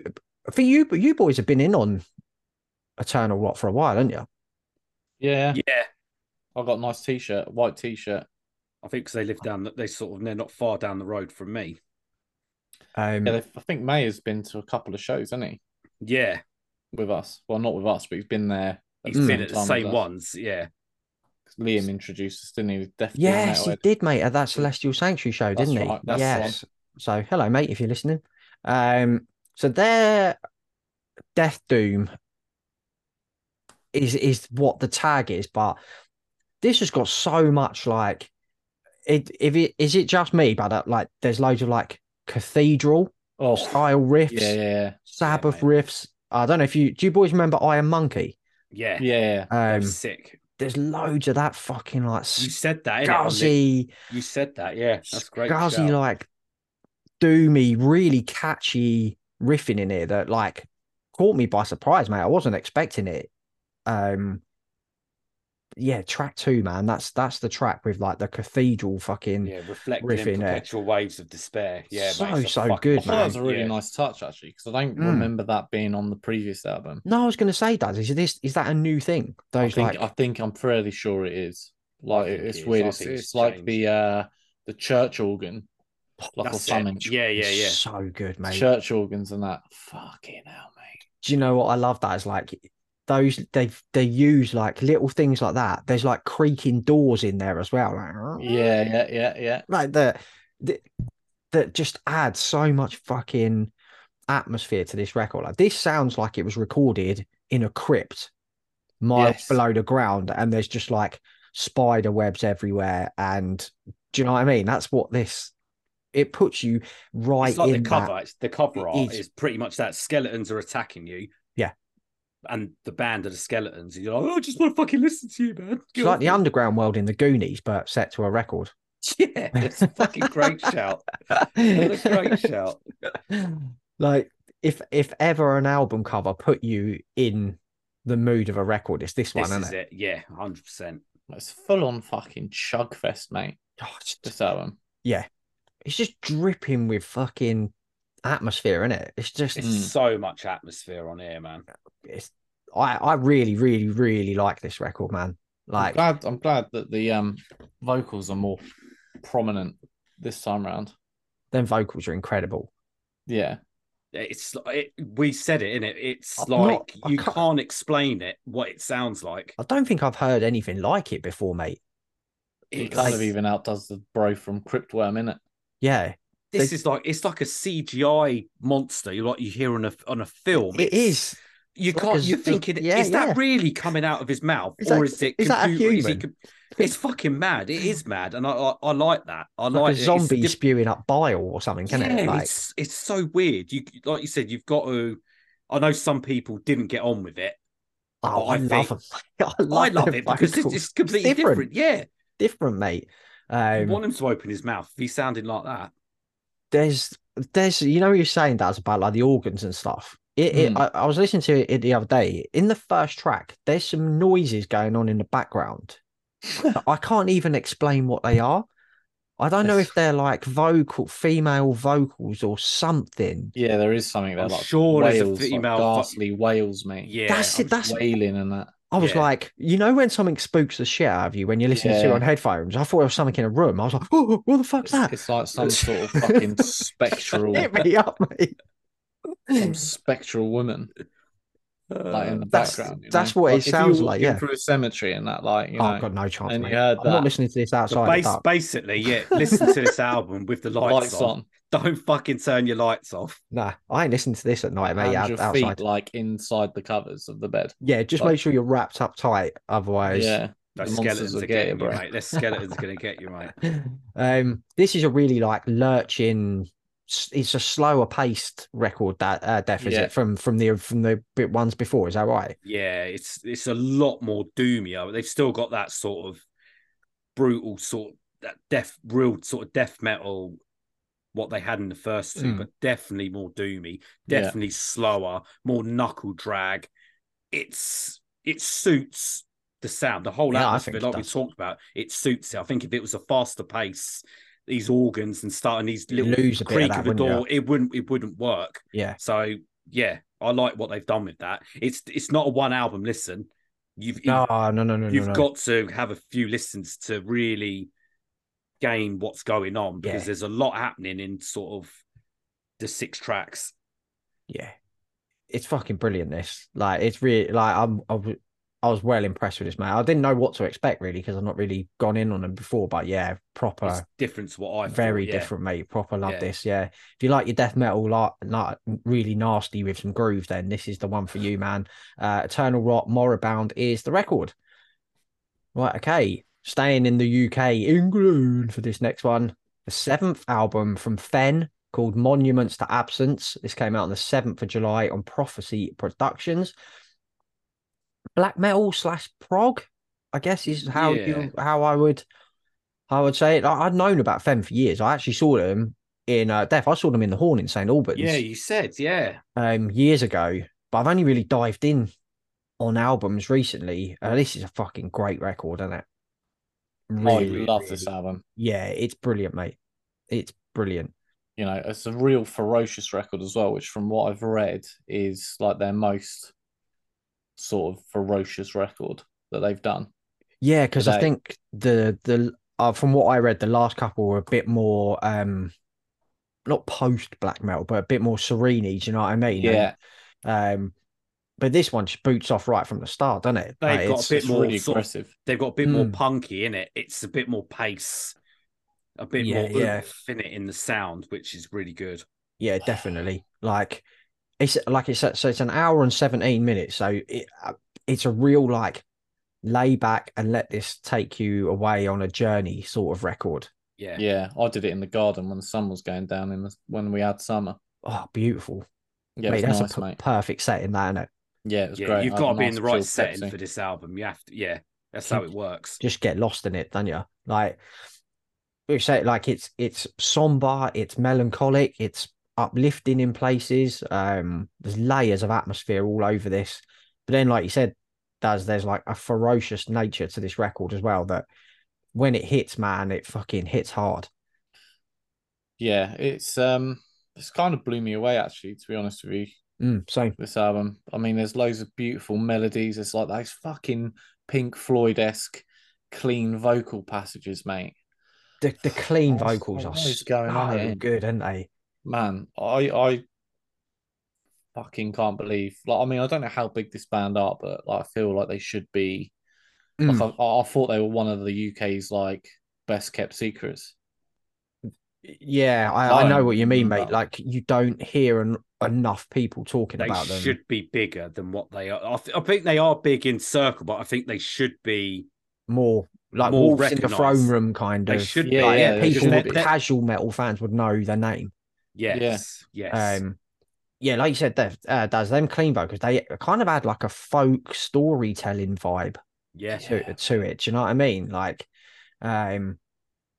S1: for you but you boys have been in on eternal rot for a while haven't you
S2: Yeah.
S3: Yeah.
S2: I got a nice t shirt, white t shirt.
S3: I think because they live down. They sort of. They're not far down the road from me.
S1: um
S2: Yeah, they- I think May has been to a couple of shows, hasn't he?
S3: Yeah.
S2: With us. Well, not with us, but he's been there.
S3: He's
S1: Mm.
S3: been at the
S2: time
S3: same
S2: as us.
S3: ones. Yeah.
S2: 'Cause Liam introduced us, didn't he? With Death
S1: yes he
S2: Metalhead.
S1: did mate at that celestial sanctuary show
S2: That's
S1: didn't
S2: right,
S1: he
S2: that's the one.
S1: yes so hello mate if you're listening um so their death doom is is what the tag is but this has got so much like it if it is it just me but uh, like there's loads of like cathedral
S2: Oh,
S1: style riffs
S2: yeah, yeah,
S1: sabbath
S2: mate.
S1: riffs i don't know if you do you boys remember iron monkey
S3: Yeah.
S2: yeah. yeah.
S3: They're
S1: Um,
S3: sick.
S1: there's loads of that fucking like
S3: You said that. innit, on the-
S1: scuzzy,
S3: You said that. Yeah. That's great.
S1: scuzzy
S3: shout.
S1: like doomy, really catchy riffing in here that like caught me by surprise, mate. I wasn't expecting it. Um, yeah, track two, man. That's that's the track with like the cathedral fucking.
S3: Yeah, reflecting
S1: riff
S3: in
S1: in there.
S3: perpetual waves of despair. Yeah,
S1: So,
S3: mate, it's a
S1: so
S3: fucking-
S1: good,
S2: I thought that was a really
S3: Yeah.
S2: nice touch, actually, because I don't
S1: Mm.
S2: remember that being on the previous album.
S1: No, I was gonna say, Daz, is this is that a new thing?
S2: I
S1: Those
S2: think
S1: like
S2: I think I'm fairly sure it is. Like
S3: think
S2: it's
S3: it is.
S2: weird.
S3: I
S2: It's,
S3: think
S2: it's
S3: it's
S2: like the uh the church organ, like or
S3: That's it.
S2: something.
S3: Yeah, yeah, yeah.
S1: so good, mate.
S2: Church organs and that. Fucking hell, mate.
S1: do you know what I love? That is like those they they use like little things like that. There's like creaking doors in there as well, like
S2: Yeah, yeah, yeah, yeah.
S1: like that that that just adds so much fucking atmosphere to this record. Like this sounds like it was recorded in a crypt miles
S2: Yes.
S1: below the ground, and there's just like spider webs everywhere. And do you know what I mean? That's what this it puts you right
S3: It's like
S1: in
S3: the cover. It's the cover
S1: It
S3: art
S1: is.
S3: is. pretty much that skeletons are attacking you.
S1: Yeah.
S3: And the band of the skeletons, and you're like, oh, I just want to fucking listen to you, man.
S1: It's like the underground world in the Goonies, but set to a record.
S3: yeah, it's a fucking great shout. What a great shout.
S1: like if if ever an album cover put you in the mood of a record, it's this one,
S3: This is
S1: isn't it?
S3: it. Yeah, hundred percent.
S2: It's full on fucking chug fest, mate.
S1: Oh, it's, just,
S2: This album.
S1: it's just dripping with fucking atmosphere, isn't it? It's just
S3: It's
S2: Mm.
S3: so much atmosphere on here, man.
S1: it's I, I really, really, really like this record, man. Like
S2: I'm glad I'm glad that the um vocals are more prominent this time round.
S1: them vocals are incredible.
S2: Yeah.
S3: It's it, we said it in it. It's
S1: I'm not-
S3: like
S1: I
S3: you
S1: can't-
S3: can't... explain it what it sounds like.
S1: I don't think I've heard anything like it before, mate.
S2: It
S3: It's,
S2: kind of even outdoes the bro from Cryptworm, innit?
S1: Yeah.
S3: this
S1: they-
S3: is like it's like a CGI monster. You like you hear on a on a film.
S1: It
S3: It's-
S1: is.
S3: You can't.
S1: Because
S3: you're
S1: the-
S3: thinking,
S1: yeah,
S3: is
S1: yeah.
S3: that really coming out of his mouth,
S1: Is
S3: or
S1: that-
S3: is it?
S1: is that a
S3: computer- is it
S1: human?
S3: com- it's fucking mad. It is mad, and I I, I like that. I like,
S1: like a
S3: it. It's
S1: zombie
S3: diff-
S1: spewing up bile or something, can
S3: yeah,
S1: it? Like,
S3: it's it's so weird. You like you said, you've got to. I know some people didn't get on with it.
S1: oh,
S3: I
S1: I love
S3: think-
S1: them. I love,
S3: I love
S1: them
S3: it because it's,
S1: vocals.
S3: it's completely
S1: different.
S3: different. Yeah,
S1: different, mate.
S3: I
S1: Um,
S3: want him to open his mouth. if He's sounding like that.
S1: there's there's you know you're saying that's about like the organs and stuff. It, it
S2: Hmm.
S1: I, I was listening to it the other day. In the first track, there's some noises going on in the background. that I can't even explain what they are. I don't know
S2: Yes.
S1: if they're like vocal, female vocals or something.
S2: Yeah, there is something there.
S3: I'm
S2: like
S3: sure there's a
S2: whales, like
S3: female fu-
S2: ghastly whales, mate.
S3: Yeah,
S1: that's
S3: I'm
S1: it. That's
S2: wailing and that.
S1: I was
S3: yeah.
S1: like, you know, when something spooks the shit out of you when you're listening to it
S2: Yeah.
S1: on headphones. I thought it was something in a room. I was like, oh, what the fuck's
S2: It's,
S1: that?
S2: it's like some sort of fucking spectral,
S1: Hit me up, mate.
S2: some spectral woman like in the
S1: That's-
S2: background. you
S1: that's
S2: know?
S1: what it
S2: Like, if you
S1: sounds
S2: were
S1: like,
S2: walking
S1: yeah.
S2: through a cemetery and that, like you
S1: Oh,
S2: know,
S1: I've got no chance.
S2: and you
S1: mate.
S2: heard
S1: I'm not
S2: that.
S1: listening to this
S3: So
S1: outside.
S3: bas-
S1: the dark.
S3: basically, yeah. Listen to this album with the lights,
S2: lights,
S3: on.
S2: on,
S3: Don't fucking turn your lights off.
S1: Nah, I ain't listening to this at night, mate.
S2: and
S1: out-
S2: your
S1: outside.
S2: feet like inside the covers of the bed.
S1: Yeah, just
S2: Like-
S1: make sure you're wrapped up tight. Otherwise,
S2: Yeah,
S3: Those
S2: The monsters
S3: skeletons
S2: will
S3: are
S2: get
S3: getting
S2: you,
S3: you,
S2: bro.
S3: mate. Those skeletons are gonna get you, mate.
S1: um, this is a really like lurching. s- It's a slower paced record that uh, Def is
S2: Yeah.
S1: it from from the from the bit ones before. Is that right?
S3: Yeah, it's it's a lot more doomier. but They've still got that sort of brutal sort that death, real sort of death metal. What they had in the first two,
S2: Mm.
S3: but definitely more doomy,
S2: Yeah.
S3: definitely slower, more knuckle drag. It's it suits the sound, the whole
S1: Yeah, I
S3: atmosphere.
S1: think it
S3: Like we
S1: does.
S3: talked about, it suits it. I think if it was a faster pace, these organs and starting these
S1: You
S3: little
S1: lose a bit of
S3: creak
S1: that,
S3: of a
S1: wouldn't you?
S3: door, it wouldn't it wouldn't work.
S1: Yeah,
S3: So yeah, I like what they've done with that. It's it's not a one album listen. You've
S1: no, no, no, no,
S3: you've,
S1: no,
S3: you've
S1: no.
S3: got to have a few listens to really gain what's going on because
S1: Yeah.
S3: there's a lot happening in sort of the six tracks.
S1: yeah, it's fucking brilliant. This like it's really like I'm. I w- I was well impressed with this man. I didn't know what to expect really because I've not really gone in on them before, but yeah, proper.
S3: It's different to what I thought,
S1: very
S3: yeah.
S1: different, mate. Proper love
S3: Yeah.
S1: this. Yeah. If you like your death metal, like not really nasty with some groove, then this is the one for you, man. Uh, Eternal Rot, Moribund is the record. Right. Okay. Staying in the UK, England for this next one. The seventh album from Fen called Monuments to Absence. This came out on the 7th of July on Prophecy Productions. Black metal slash prog, I guess is how you how I would I would say it. I, I'd known about Fem for years. I actually saw them in uh, Death. I saw them in the Horn in St Albans
S3: Yeah, you said yeah.
S1: um, years ago, but I've only really dived in on albums recently. Uh, this is a fucking great record, isn't it?
S2: I love this album.
S1: Yeah, it's brilliant, mate. It's brilliant.
S2: You know, it's a real ferocious record as well, which from what I've read is like their most sort of ferocious record that they've done.
S1: Yeah, because I
S2: Like-
S1: think the the uh, from what I read, the last couple were a bit more um not post black metal, but a bit more serene. Do you know what I mean?
S2: yeah,
S1: And, um, but this one just boots off right from the start, doesn't it?
S3: They've
S1: Like,
S3: got a
S1: it's-
S3: bit
S2: it's
S3: more
S2: really
S3: sort of-
S2: aggressive.
S3: They've got a bit more
S1: Mm.
S3: punky in it. It's a bit more pace, a bit
S1: Yeah,
S3: more
S1: yeah.
S3: oomph in it in the sound, which is really good.
S1: Yeah, definitely. Like it's like it's so it's an hour and seventeen minutes. So it uh, it's a real like lay back and let this take you away on a journey sort of record.
S3: Yeah.
S2: Yeah, I did it in the garden when the sun was going down in the, when we had summer.
S1: Oh, beautiful,
S2: Yeah,
S1: mate!
S2: it was
S1: That's
S2: nice,
S1: a p-
S2: mate.
S1: perfect setting, that innit?
S2: Yeah, it was
S3: yeah,
S2: great.
S3: You've
S2: I had
S3: got
S2: a
S3: to be in
S2: nice
S3: the right
S2: chilled
S3: setting
S2: Pepsi.
S3: for this album. You have to, yeah, that's how it works.
S1: Just get lost in it, don't you? Like we say, like it's it's somber, it's melancholic, it's uplifting in places. Um, there's layers of atmosphere all over this. But then, like you said, does there's like a ferocious nature to this record as well that when it hits, man, it fucking hits hard.
S2: Yeah, it's um, it's kind of blew me away actually. To be honest with you,
S1: Mm, so
S2: this album. I mean, there's loads of beautiful melodies. It's like those fucking Pink Floyd esque clean vocal passages, mate.
S1: the, the clean
S2: What's-
S1: vocals are
S2: what
S1: so
S2: is going on here?
S1: good, aren't they?
S2: Man, I I fucking can't believe. Like, I mean, I don't know how big this band are, but like, I feel like they should be.
S1: Mm.
S2: Hmm. Like, I, I thought they were one of the UK's like best kept secrets.
S1: Yeah, I, I know
S2: Time,
S1: what you mean,
S2: but-
S1: mate. Like you don't hear en- enough people talking
S3: They
S1: about them.
S3: should be bigger than what they are. I, th- I think they are big in circle, but I think they should be.
S1: More like
S3: More
S1: wolves in the
S3: recognised.
S1: throne room kind
S3: They
S1: of.
S3: should
S2: Yeah,
S3: be.
S2: yeah,
S1: yeah,
S2: they
S3: because
S1: people,
S2: should
S3: they're-
S1: that
S2: be.
S3: they're-
S1: casual metal fans would know their name.
S3: Yes. Yes.
S1: Um, yeah, like you said, Dev, uh, Daz, them clean vocals, they kind of had like a folk storytelling vibe
S3: yes.
S1: to, to it. Do you know what I mean? Like, um,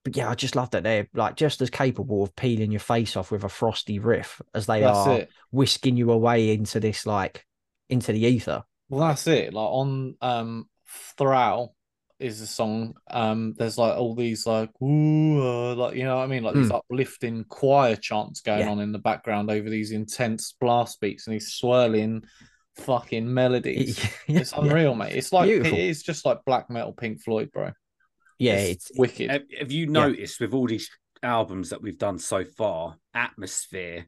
S1: but yeah, I just love that they're like just as capable of peeling your face off with a frosty riff as they
S2: That's
S1: are
S2: it.
S1: whisking you away into this like into the ether.
S2: Well, that's it. Like on um Throw is a song. Um, there's like all these like ooh, uh, like you know what I mean, like these uplifting choir chants going
S1: Yeah.
S2: on in the background over these intense blast beats and these swirling fucking melodies.
S1: yeah,
S2: It's unreal, mate. It's like
S1: Beautiful.
S2: it's just like black metal Pink Floyd, bro.
S1: yeah,
S2: it's,
S1: it's
S2: wicked.
S3: Have, have you noticed with all these albums that we've done so far, atmosphere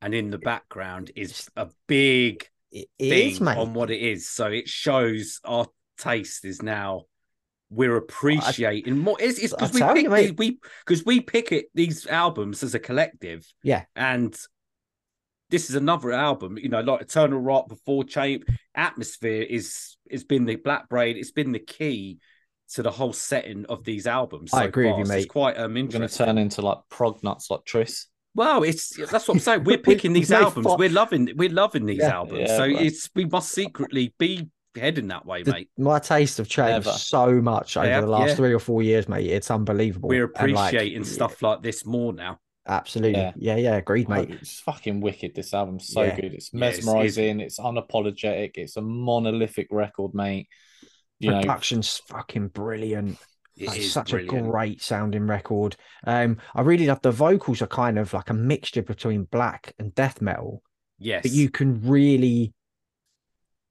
S3: and in the background is a big
S1: it
S3: thing
S1: is, mate.
S3: on what it is. So it shows our taste is now we're appreciating more. It's
S1: I
S3: because we
S1: tell
S3: pick
S1: you,
S3: these,
S1: mate.
S3: we because we pick it these albums as a collective.
S1: Yeah.
S3: and this is another album. You know, like Eternal Rock before Champ Atmosphere is it's been the Black Braid. It's been the key to the whole setting of these albums.
S1: I
S3: so
S1: agree with
S3: far.
S1: you,
S3: So It's
S1: mate.
S3: quite um
S2: We're gonna
S3: interesting.
S2: turn into like prog nuts, like Tris.
S3: Well, it's that's what I'm saying. We're picking these
S1: No,
S3: albums.
S1: fuck.
S3: We're loving we're loving these
S1: Yeah.
S3: albums.
S2: Yeah,
S3: so
S2: bro.
S3: it's we must secretly be heading that way,
S1: The-
S3: mate.
S1: my taste have changed
S2: Never.
S1: so much over
S3: Yeah,
S1: the last
S3: yeah.
S1: three or four years, mate. It's unbelievable.
S3: We're
S1: And, like,
S3: appreciating
S1: yeah,
S3: stuff like this more now.
S1: absolutely.
S2: Yeah.
S1: Yeah, yeah, agreed, mate.
S2: It's fucking wicked. This album's so
S1: Yeah.
S2: good. It's
S3: Yeah, it's- it's-
S2: mesmerizing. It's, unapologetic. It's a monolithic record, mate. You know,
S1: Production's fucking brilliant.
S3: It
S1: Like,
S3: is
S1: such
S3: brilliant.
S1: a great sounding record. Um, I really love the vocals are kind of like a mixture between black and death metal,
S3: yes.
S1: but you can really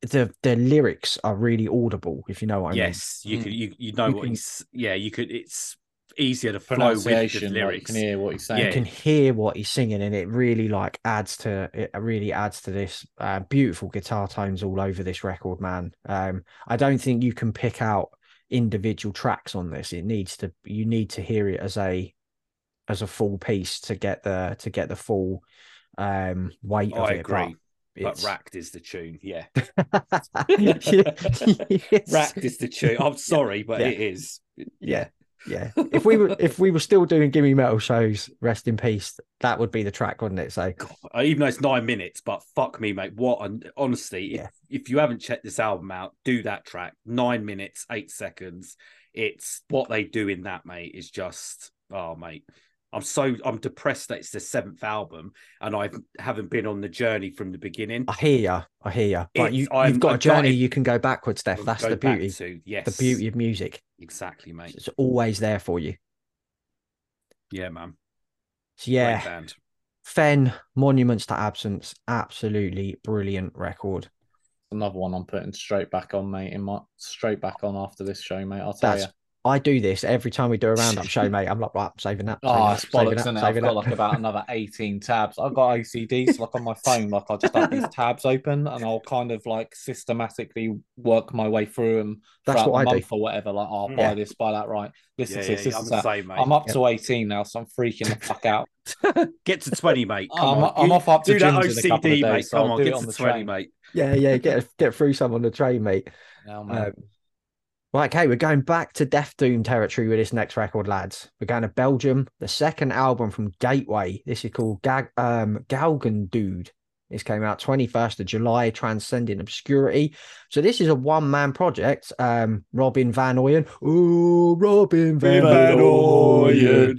S1: the the lyrics are really audible if you know what I
S3: yes, you
S2: Mm.
S3: could you you know
S1: You
S3: what
S1: can-
S3: he's yeah, you could it's easier to flow with the
S2: pronunciation, like, you
S3: lyrics.
S2: can hear what he's
S1: mean. You
S2: saying.
S1: can hear what he's singing, and it really like adds to it. Really adds to this uh, beautiful guitar tones all over this record, man. Um, I don't think you can pick out individual tracks on this. It needs to you need to hear it as a as a full piece to get the to get the full um weight of
S3: I
S1: it. but
S3: agree. But
S1: it's-
S3: racked is the tune. Yeah.
S1: Yes.
S3: Racked is the tune. I'm sorry, but
S1: Yeah.
S3: it is.
S1: Yeah. Yeah. If we were if we were still doing gimme metal shows, rest in peace, that would be the track, wouldn't it? So
S3: God, Uh, even though it's nine minutes, but fuck me, mate. What an honestly,
S1: Yeah.
S3: if, if you haven't checked this album out, do that track. Nine minutes, eight seconds. It's what they do in that, mate, is just oh mate. I'm so I'm depressed that it's the seventh album and I haven't been on the journey from the beginning.
S2: Ah,
S1: I hear ya. I hear ya. But
S3: It's-
S1: you,
S3: I'm-
S1: you've got
S3: I'm
S1: a journey
S3: trying-
S1: you can go backwards, Steph. That's
S3: Go
S1: the
S3: back
S1: beauty.
S3: To, yes.
S1: The beauty of music.
S3: Exactly, mate.
S1: It's always there for you.
S3: Yeah, man.
S1: So
S3: Great
S1: yeah,
S3: band.
S1: Fen, Monuments to Absence, absolutely brilliant record.
S2: Another one I'm putting straight back on, mate. In my straight back on after this show, mate. I'll tell
S1: That's
S2: you.
S1: I do this every time we do a roundup show, mate. I'm like, right, I'm saving that.
S2: Oh, it's
S1: saving
S2: bollocks,
S1: that,
S2: isn't it? I've
S1: saving that,
S2: got like
S1: saving that.
S2: about another 18 tabs. I've got OCDs like on my phone. Like I just have these tabs open, and I'll kind of like systematically work my way through them
S1: That's
S2: throughout
S1: what I
S2: the
S1: do.
S2: month or whatever. Like, oh, I'll
S3: Yeah.
S2: buy this, buy that. Right, listen
S3: Yeah,
S2: to
S3: yeah,
S2: this,
S3: yeah,
S2: listen
S3: I'm
S2: to
S3: the
S2: that.
S3: same, mate.
S2: I'm up
S1: Yeah.
S2: to 18 now, so I'm freaking the fuck out.
S3: Get to 20, mate. Come
S2: I'm,
S3: on.
S2: I'm
S3: You-
S2: off up to
S3: do that
S2: gyms in a couple of
S3: OCD, mate.
S2: days, so
S3: Come
S2: I'll
S3: on,
S2: do it
S3: get
S2: on
S3: to
S2: the
S3: 20,
S2: train.
S3: mate.
S1: Yeah, yeah, get get through some on the train, mate.
S2: Now,
S3: Oh,
S2: man.
S1: Um, right, okay, we're going back to Death Doom territory with this next record, lads. We're going to Belgium, the second album from Gateway. This is called Gag um Galgen Dude. This came out 21st of July, Transcending Obscurity. So this is a one-man project. Um, Robin Van Ooyen. Oh, Robin Van, Ooyen.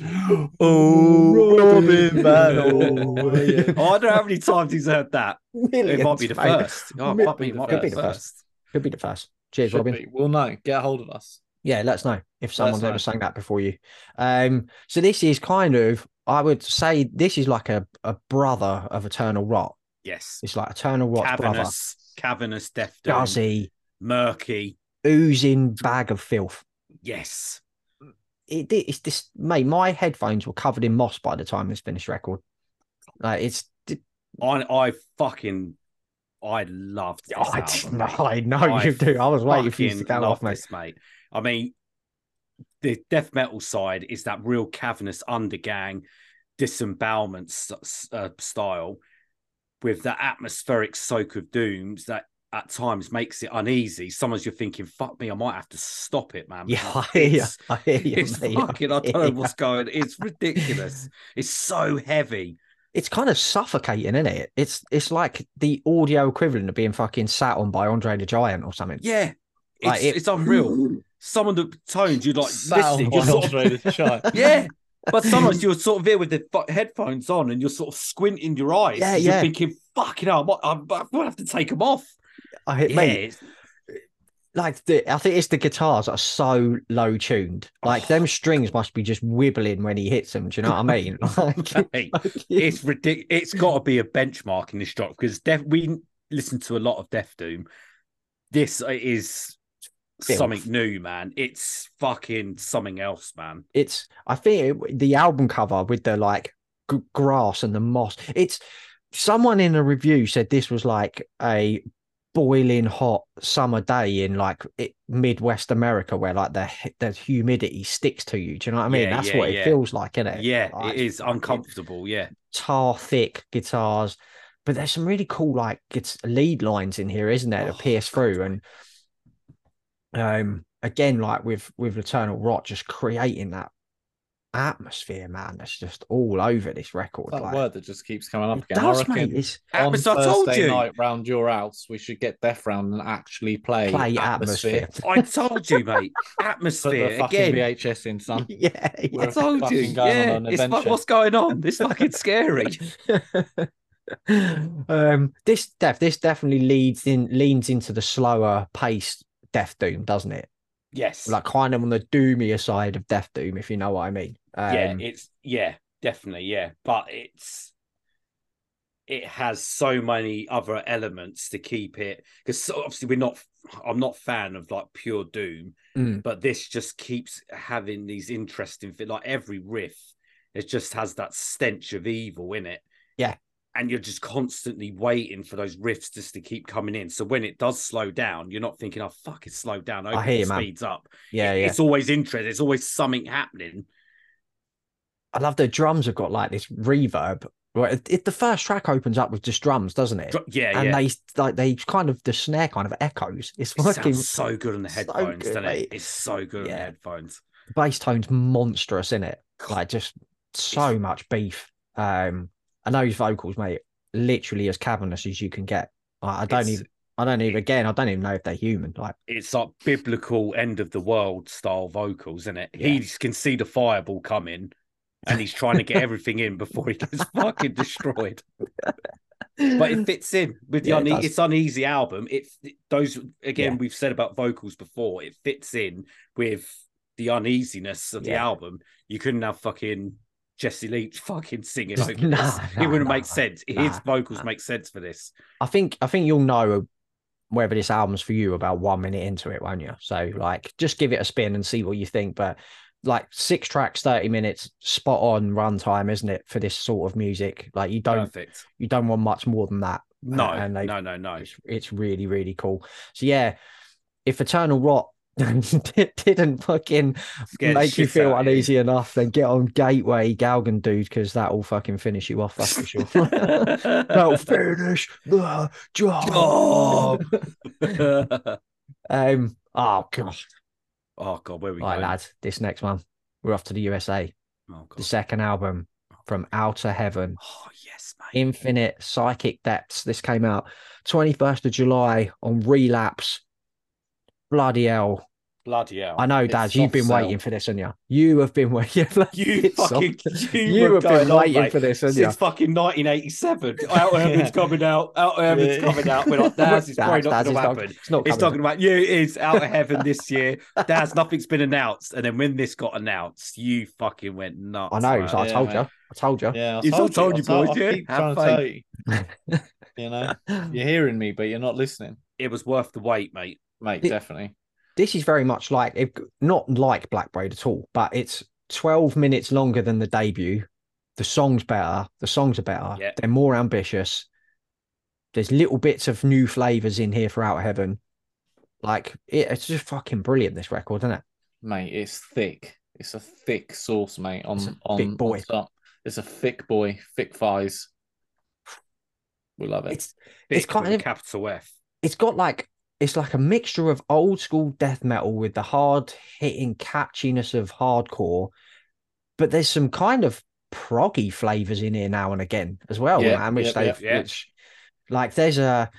S1: Robin Van Ooyen.
S3: Oh, I don't know how many times he's heard that. It might
S1: Millions,
S3: be the
S1: mate.
S3: first. Oh,
S1: Mil-
S3: it might be, might
S1: Could
S3: be the first.
S1: Could be the first. Cheers,
S2: Should
S1: Robin.
S2: be. We'll know. Get a hold of us.
S1: Yeah, let us know if someone's
S2: know.
S1: ever sang that before you. Um, so this is kind of, I would say, this is like a, a brother of Eternal Rot.
S3: Yes.
S1: It's like Eternal Rot's brother,
S3: Cavernous, cavernous death doom,
S1: guzzy,
S3: murky.
S1: oozing bag of filth.
S3: Yes.
S1: It, it's this, mate. My headphones were covered in moss by the time this finished record. Like it's,
S3: I, I fucking, I loved this
S1: Oh, I,
S3: album.
S1: no,
S3: mate.
S1: I know
S3: I
S1: you do. I was waiting for you to
S3: fucking
S1: go
S3: love
S1: off, mate.
S3: this, mate. I mean, the death metal side is that real cavernous undergang disembowelment s- uh, style with that atmospheric soak of dooms that at times makes it uneasy. Sometimes you're thinking, fuck me, I might have to stop it, man.
S1: Yeah, I
S3: because
S1: hear you.
S3: it's-
S1: I hear you.
S3: It's
S1: mate.
S3: fucking, I don't
S1: hear
S3: know
S1: ya.
S3: what's going It's ridiculous. it's so heavy.
S1: It's kind of suffocating, isn't it? It's it's like the audio equivalent of being fucking sat on by Andre the Giant or something.
S3: Yeah. It's,
S1: Like it-
S3: it's unreal. Some of the tones you like
S1: Sound
S3: listening, you're sort of
S2: Andre the Giant.
S3: Yeah. But sometimes you're sort of here with the fu- headphones on and you're sort of squinting your eyes.
S1: Yeah,
S3: 'cause you're
S1: yeah.
S3: thinking, fucking hell, I might, I, I might have to take them off.
S1: I hear,
S3: yeah,
S1: mate,
S3: it's-
S1: like the, I think it's the guitars are so low tuned. Like them strings must be just wibbling when he hits them. Do you know what I mean? Like,
S3: mate, it's ridiculous. It's got to be a benchmark in this drop because Def- we listen to a lot of Death Doom. This is
S1: Filth.
S3: something new, man. It's fucking something else, man.
S1: it's I think it, the album cover with the like g- grass and the moss. It's someone in a review said this was like a boiling hot summer day in like it, Midwest America where like the h- the humidity sticks to you. Do you know what I mean?
S3: Yeah,
S1: That's
S3: yeah,
S1: what it
S3: yeah.
S1: feels like, isn't it?
S3: Yeah,
S1: Like,
S3: it is
S1: fucking
S3: uncomfortable. Yeah,
S1: Tar thick guitars. But there's some really cool like it's lead lines in here, isn't there? That
S3: Oh,
S1: pierce through and um again like with with Eternal Rot just creating that atmosphere, man. That's just all over this record.
S2: That
S1: like
S2: word that just keeps coming up
S1: it
S2: again. I
S1: does,
S2: reckon
S1: mate. It's
S2: on
S3: Atmos, I told
S2: Thursday
S3: you.
S2: night round your house, we should get Death Round and actually play,
S1: play atmosphere.
S3: I told you, mate.
S2: Put the
S3: Atmosphere
S2: fucking
S3: again.
S2: VHS in, son.
S1: yeah,
S3: I
S2: We're
S3: told you.
S2: fucking going
S3: Yeah,
S2: on an
S3: it's like
S2: adventure.
S3: what's going on? It's fucking scary.
S1: um this def this definitely leads in leans into the slower paced Death Doom, doesn't it?
S3: yes.
S1: Like kind of on the doomier side of Death Doom, if you know what I mean. Um,
S3: yeah, it's yeah, definitely yeah, but it's it has so many other elements to keep it because obviously we're not. I'm not fan of like pure doom,
S1: Mm.
S3: but this just keeps having these interesting thi- like every riff. It just has that stench of evil in it.
S1: Yeah.
S3: And you're just constantly waiting for those riffs just to keep coming in. So when it does slow down, you're not thinking, "Oh fuck, it's slowed down." Okay,
S1: hear
S3: it
S1: you, man.
S3: speeds up.
S1: yeah,
S3: It-
S1: yeah.
S3: It's always interesting. There's always something happening.
S1: I love the drums have got like this reverb. Well, it, it- the first track opens up with just drums, doesn't it?
S3: Dr- Yeah,
S1: and
S3: yeah.
S1: they like they kind of the snare kind of echoes. It's
S3: It
S1: fucking
S3: sounds so good on the
S1: so
S3: headphones,
S1: good,
S3: doesn't
S1: mate.
S3: it? It's so good on
S1: Yeah.
S3: the headphones.
S1: bass tone's monstrous in it. Like just so
S3: It's-
S1: much beef. Um, and those vocals, mate, literally as cavernous as you can get. Like, I don't
S3: It's-
S1: even. I don't even. Again, I don't even know if they're human. Like,
S3: It's like biblical end of the world style vocals, isn't it?
S1: Yeah.
S3: He can see the fireball coming and he's trying to get everything in before he gets fucking destroyed. But it fits in with the
S1: Yeah, it
S3: une-
S1: does.
S3: it's uneasy album. It those again,
S1: Yeah.
S3: we've said about vocals before, it fits in with the uneasiness of the
S1: Yeah.
S3: album. You couldn't have fucking Jesse Leach fucking singing
S1: Just-
S3: over
S1: no,
S3: this.
S1: no,
S3: it wouldn't
S1: no,
S3: make
S1: no,
S3: sense. His
S1: no,
S3: vocals
S1: no.
S3: make sense for this.
S1: I think I think you'll know whether this album's for you about one minute into it, won't you? So like just give it a spin and see what you think. But like six tracks, 30 minutes, spot on runtime, isn't it, for this sort of music? Like you don't
S3: Perfect.
S1: you don't want much more than that.
S3: No,
S1: and they-
S3: no, no, no.
S1: It's, it's really, really cool. So yeah, if Eternal Rot di- didn't fucking
S3: Scared the
S1: make you
S3: shit
S1: feel
S3: out of you.
S1: uneasy enough, then get on Gateway Galgan dude, because that will fucking finish you off, that's for sure. That'll finish the
S3: Job.
S1: Um. Oh gosh,
S3: oh god, where we
S1: right,
S3: going?
S1: lad. This next one, we're off to the USA.
S3: Oh,
S1: The
S3: god.
S1: second album from Outer Heaven,
S3: oh yes, mate.
S1: Infinite Psychic Depths. This came out twenty first of July on Relapse. Bloody hell!
S3: Bloody hell.
S1: I know,
S2: It's
S1: Dad. You've
S2: soft
S1: been
S2: sell.
S1: waiting for this, haven't you? You have been waiting.
S3: you fucking you,
S1: You
S3: were
S1: have been
S3: going on,
S1: waiting
S3: mate,
S1: for this, haven't you?
S3: since fucking 1987. Out of heaven's coming out. Out of heaven's
S2: Yeah.
S3: coming out. We're like, Daz, it's probably
S1: Daz, Daz,
S3: not going to
S1: it's
S3: happen.
S1: It's not.
S3: It's
S1: coming.
S3: talking about you. It's out of heaven this year. Daz, nothing's been announced. And then when this got announced, you fucking went nuts.
S1: I know.
S3: man.
S1: so I
S2: Yeah,
S1: told
S2: mate.
S1: you. I told you.
S2: Yeah, I
S3: It's all told you,
S2: I
S3: boys,
S2: I
S3: yeah?
S2: keep
S3: Have
S2: trying to
S3: faith.
S2: tell you. You know, you're hearing me, but you're not listening,
S3: It was worth the wait, mate.
S2: mate.
S1: It-
S2: Definitely.
S1: this is very much like if- not like Black Braid at all, but it's 12 minutes longer than the debut. The song's better. The songs are better.
S3: Yeah.
S1: They're more ambitious. There's little bits of new flavors in here for Out of Heaven. Like it, it's just fucking brilliant. This record, isn't it?
S2: mate. It's thick. It's a thick sauce, mate. On
S1: It's a
S2: on
S1: big boy.
S2: On top. It's a thick boy, thick thighs. We love it.
S1: It's It's
S3: Thick
S1: kind
S3: with a
S1: of-
S3: capital F.
S1: it's got like it's like a mixture of old school death metal with the hard hitting catchiness of hardcore, but there's some kind of proggy flavors in here now and again as well,
S2: Yeah,
S1: man. Which
S2: yeah,
S1: they've
S3: yeah, yeah.
S1: which like there's a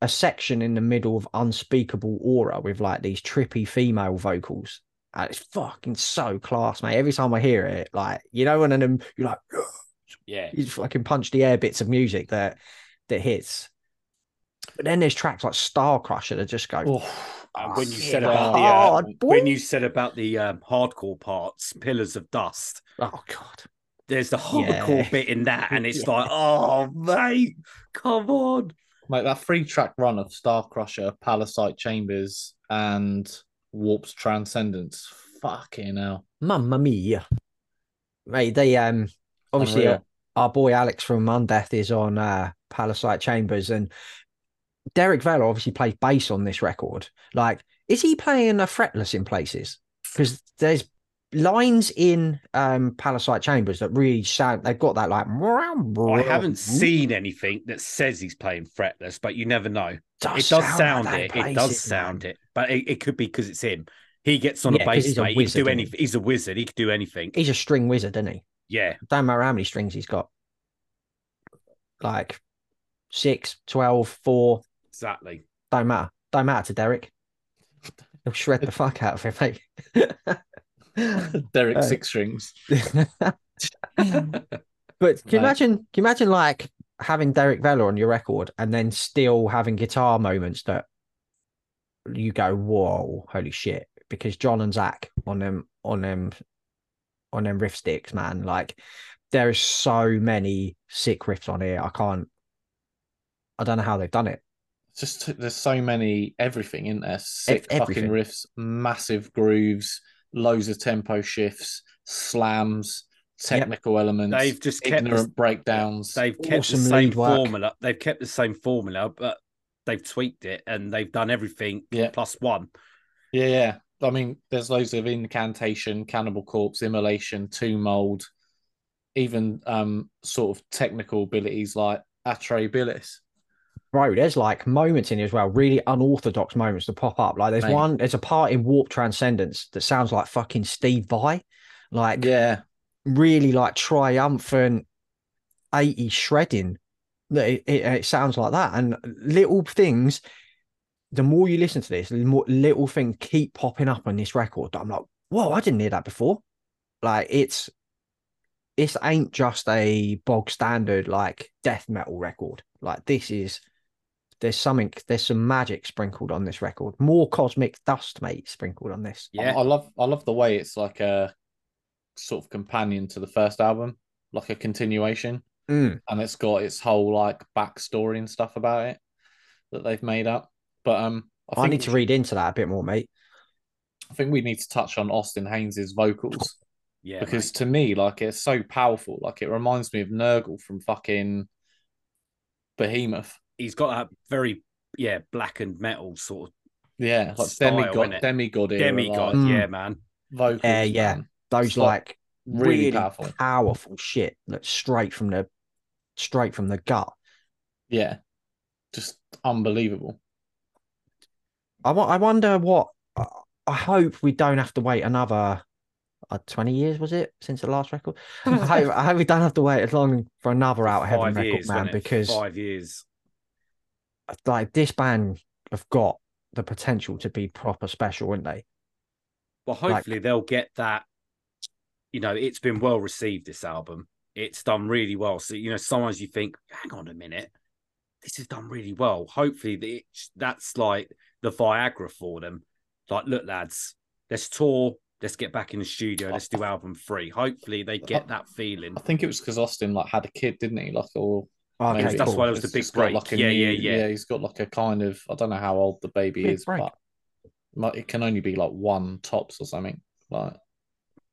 S1: a section in the middle of Unspeakable Aura with like these trippy female vocals. And it's fucking so class, mate. Every time I hear it, like you know, one of them you're like,
S3: Yeah.
S1: you just fucking punch the air bits of music that that hits. But then there's tracks like Star Crusher that just go
S2: Oh,
S3: And when you
S1: "Fucking
S3: said about the uh,
S1: hard, boy.
S3: when you said about the um, hardcore parts, Pillars of Dust,
S1: oh god,
S3: there's the hardcore
S1: Yeah.
S3: bit in that, and it's
S1: Yeah.
S3: like, oh mate, come on.
S2: mate, that three track run of Star Crusher, Palisite Chambers, and Warp's Transcendence. Fucking hell.
S1: Mamma Mia, mate. They um obviously
S2: Unreal.
S1: uh, our boy Alex from Undeath is on uh, Palisade Chambers, and Derek Vela obviously plays bass on this record. Like, is he playing a fretless in places? Because there's lines in um Palisade Chambers that really sound. They've got that like.
S3: I haven't seen anything that says he's playing fretless, but you never know. it does sound,
S1: like
S3: it.
S1: they
S3: It
S1: place
S3: does
S1: man.
S3: sound it, but it, it could be because it's him. He gets on
S1: Yeah,
S3: a
S1: 'cause
S3: bass
S1: he's a
S3: mate. He could
S1: wizard,
S3: do
S1: isn't he?
S3: anything. He's a wizard. He could do anything.
S1: He's a string wizard, isn't he?
S3: Yeah,
S1: Don't matter how many strings he's got. Like six, 12, four,
S3: exactly.
S1: don't matter. Don't matter to Derek. He'll shred the fuck out of him, mate.
S2: Derek
S1: Oh.
S2: Six Strings.
S1: But can you
S2: Right.
S1: imagine? Can you imagine like having Derek Vela on your record and then still having guitar moments that you go, "Whoa, holy shit!" Because John and Zach on them on them on them riff sticks, man. Like there is so many sick riffs on here. I can't. I don't know how they've done it.
S2: just there's so many everything in there
S3: E-,
S2: sick
S1: everything.
S2: fucking riffs massive grooves loads of tempo shifts slams technical elements
S3: They've just kept.
S2: ignorant
S3: The,
S2: breakdowns
S3: they've kept
S1: awesome
S3: the same
S1: lead work.
S3: formula. They've kept the same formula, but they've tweaked it and they've done everything
S2: Yeah.
S3: plus one.
S2: yeah yeah i mean there's loads of incantation cannibal corpse immolation tomb mold even um sort of technical abilities like atrabilis
S1: Bro, there's like moments in here as well, really unorthodox moments to pop up. Like there's
S2: Mate.
S1: one, there's a part in Warp Transcendence that sounds like fucking Steve Vai. Like
S2: yeah
S1: really like triumphant 80s shredding that it, it, it sounds like that and little things the more you listen to this the more little things keep popping up on this record that i'm like whoa i didn't hear that before like it's this ain't just a bog standard like death metal record like this is there's something there's some magic sprinkled on this record more cosmic dust mate sprinkled on this
S2: I-
S3: Yeah,
S2: I, love I love the way it's like a sort of companion to the first album, like a continuation,
S1: Mm.
S2: and it's got its whole like backstory and stuff about it that they've made up. But um, I,
S1: i,
S2: think
S1: need to
S2: we-
S1: read into that a bit more mate
S2: I think we need to touch on Austin Haynes's vocals
S3: yeah.
S2: because
S3: mate.
S2: to me, like, it's so powerful. Like, it reminds me of Nurgle from fucking Behemoth.
S3: he's got that very yeah blackened metal sort of
S2: Yeah, like
S3: Style,
S2: demigod,
S3: innit?
S2: demigod, era,
S3: demigod.
S2: like,
S1: Mm.
S3: Yeah, man.
S2: vocals.
S1: Yeah, yeah.
S2: man.
S1: those
S2: It's
S1: like
S2: really,
S1: really
S2: powerful.
S1: powerful shit that's straight from the straight from the gut.
S2: Yeah, just unbelievable.
S1: I wo- I wonder what I- I hope we don't have to wait another uh, 20 years was it since the last record? I hope, I hope we don't have to wait as long for another out of heaven
S3: Five
S1: record
S3: years,
S1: man
S3: wasn't it?
S1: because
S3: five years.
S1: like this band have got the potential to be proper special, wouldn't they?
S3: Well, hopefully they'll get that. You know, it's been well received. This album, it's done really well. So you know, sometimes you think, hang on a minute, this has done really well. Hopefully, the, it's- that's like the Viagra for them. Like, look, lads, let's tour. Let's get back in the studio. Let's do album three. Hopefully, they get that feeling.
S2: I think it was because Austin like had a kid, didn't he? Like, or
S1: Okay,
S2: maybe-
S3: that's
S1: cool.
S3: why it was the
S2: it's
S3: big
S2: just got,
S3: break.
S2: Like a
S3: Yeah,
S2: new-
S3: yeah, yeah.
S2: He's got like a kind of I don't know how old the baby
S1: Big
S2: is,
S1: break.
S2: but like, it can only be like one tops or something. Like,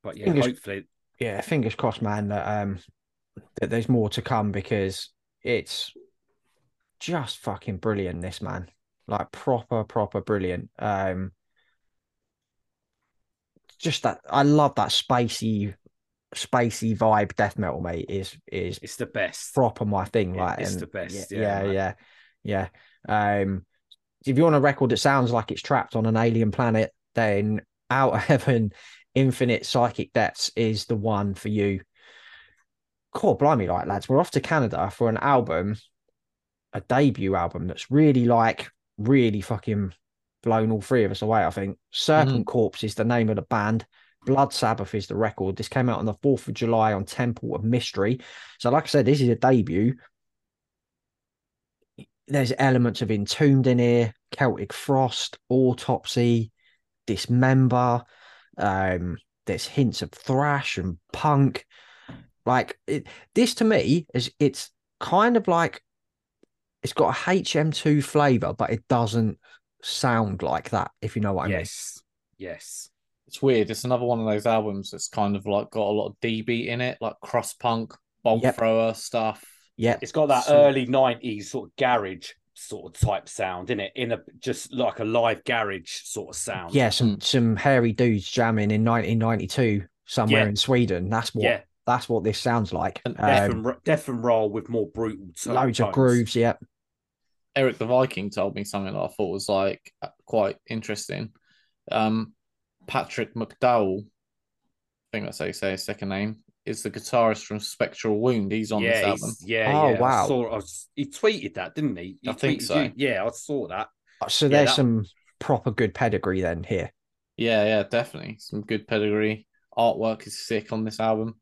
S3: But yeah,
S1: Fingers-
S3: hopefully,
S1: yeah, fingers crossed, man, that um that there's more to come because it's just fucking brilliant, this man. Like proper, proper brilliant. Um just that I love that spacey, spacey vibe. Death metal, mate, is is
S3: It's the best.
S1: proper my thing.
S3: Yeah,
S1: Like
S3: it's
S1: and
S3: the best,
S1: Yeah,
S3: yeah,
S1: yeah, yeah, Um, if you want a record that sounds like it's trapped on an alien planet, then Out of Heaven, Infinite Psychic Depths is the one for you. Cool, blimey, like lads, we're off to Canada for an album, a debut album that's really like really fucking blown all three of us away. I think Serpent Corpse is the name of the band. Blood Sabbath is the record. This came out on the 4th of July on Temple of Mystery. So, like I said, this is a debut. There's elements of Entombed in here, Celtic Frost, Autopsy, Dismember. Um, there's hints of thrash and punk. Like it, this to me is it's kind of like it's got a HM2 flavor, but it doesn't sound like that. If you know what I mean.
S3: yes. Yes.
S2: It's weird. It's another one of those albums that's kind of like got a lot of DB in it, like cross punk, bomb
S1: Yep.
S2: thrower stuff.
S1: Yeah,
S3: It's got that
S2: So-
S3: early '90s sort of garage sort of type sound in it, in a just like a live garage sort of sound.
S1: yeah, some some hairy dudes jamming in 1992 somewhere
S3: Yeah.
S1: in Sweden. That's what
S3: yeah.
S1: that's what this sounds like.
S2: And
S1: Um,
S3: Death, and, ro- death and roll with more brutal. to-
S1: loads of
S3: tones.
S1: grooves. Yeah,
S2: Eric the Viking told me something that I thought was like uh, quite interesting. Um, Patrick McDowell, I think that's how you say his second name, is the guitarist from Spectral Wound. He's on this
S3: Yeah,
S2: album.
S3: he's- yeah,
S1: Oh,
S3: yeah. I
S1: wow.
S3: saw- I was- he tweeted that, didn't he? He
S2: I think
S3: tweeted
S2: so.
S3: you- Yeah, I saw that.
S1: so
S3: Yeah,
S1: there's
S3: that-
S1: some proper good pedigree then here.
S2: Yeah, yeah, definitely. Some good pedigree. Artwork is sick on this album.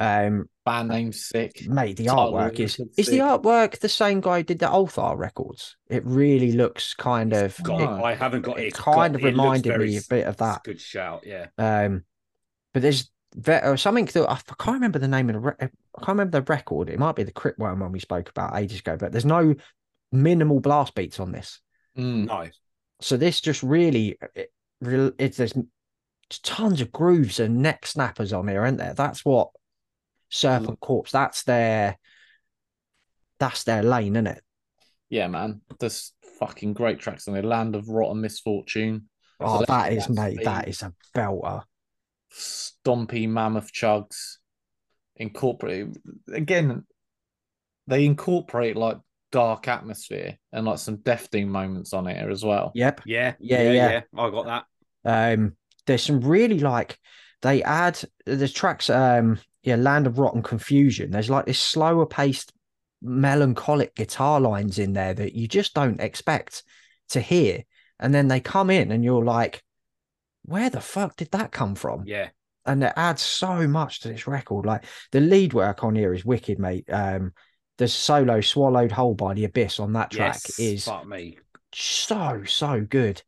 S1: Um,
S2: Band name's sick.
S1: mate, the
S2: Title
S1: artwork
S2: really
S1: is
S2: good
S1: is the
S2: sick.
S1: artwork the same guy who did the Ulthar records? It really looks kind of.
S3: God,
S2: No.
S3: I haven't got it.
S1: It
S3: It's
S1: kind
S3: got-
S1: of
S3: it looks
S1: reminded
S3: very-
S1: me a bit of
S3: it's a
S1: that.
S3: Good shout, yeah.
S1: Um, but there's ve- or something that I f- can't remember the name of the re- uh, I can't remember the record. It might be the Crypt one when we spoke about ages ago. But there's no minimal blast beats on this.
S2: Mm.
S3: No,
S1: so this just really it, re- it's there's tons of grooves and neck snappers on here, aren't there? That's what
S2: Mm.
S1: Serpent Corpse. That's their that's their lane, isn't it?
S2: Yeah, man. There's fucking great tracks on there. Land of Rotten Misfortune,
S1: Oh,
S2: that's-
S1: that is
S2: that's
S1: mate.
S2: the-
S1: That is a belter.
S2: Stompy Mammoth Chugs, incorporate again. They incorporate like dark atmosphere and like some Death Doom moments on it as well.
S1: Yep.
S3: yeah,
S1: Yeah,
S3: yeah,
S1: yeah.
S3: yeah. I got that.
S1: Um, there's some really like they add the tracks. Um, yeah, Land of Rotten Confusion. There's like this slower paced, melancholic guitar lines in there that you just don't expect to hear, and then they come in and you're like, "Where the fuck did that come from?"
S3: Yeah,
S1: and it adds so much to this record. Like the lead work on here is wicked, mate. Um, the solo "Swallowed Whole" by the Abyss on that track
S3: yes,
S1: is
S3: fuck me.
S1: so so good.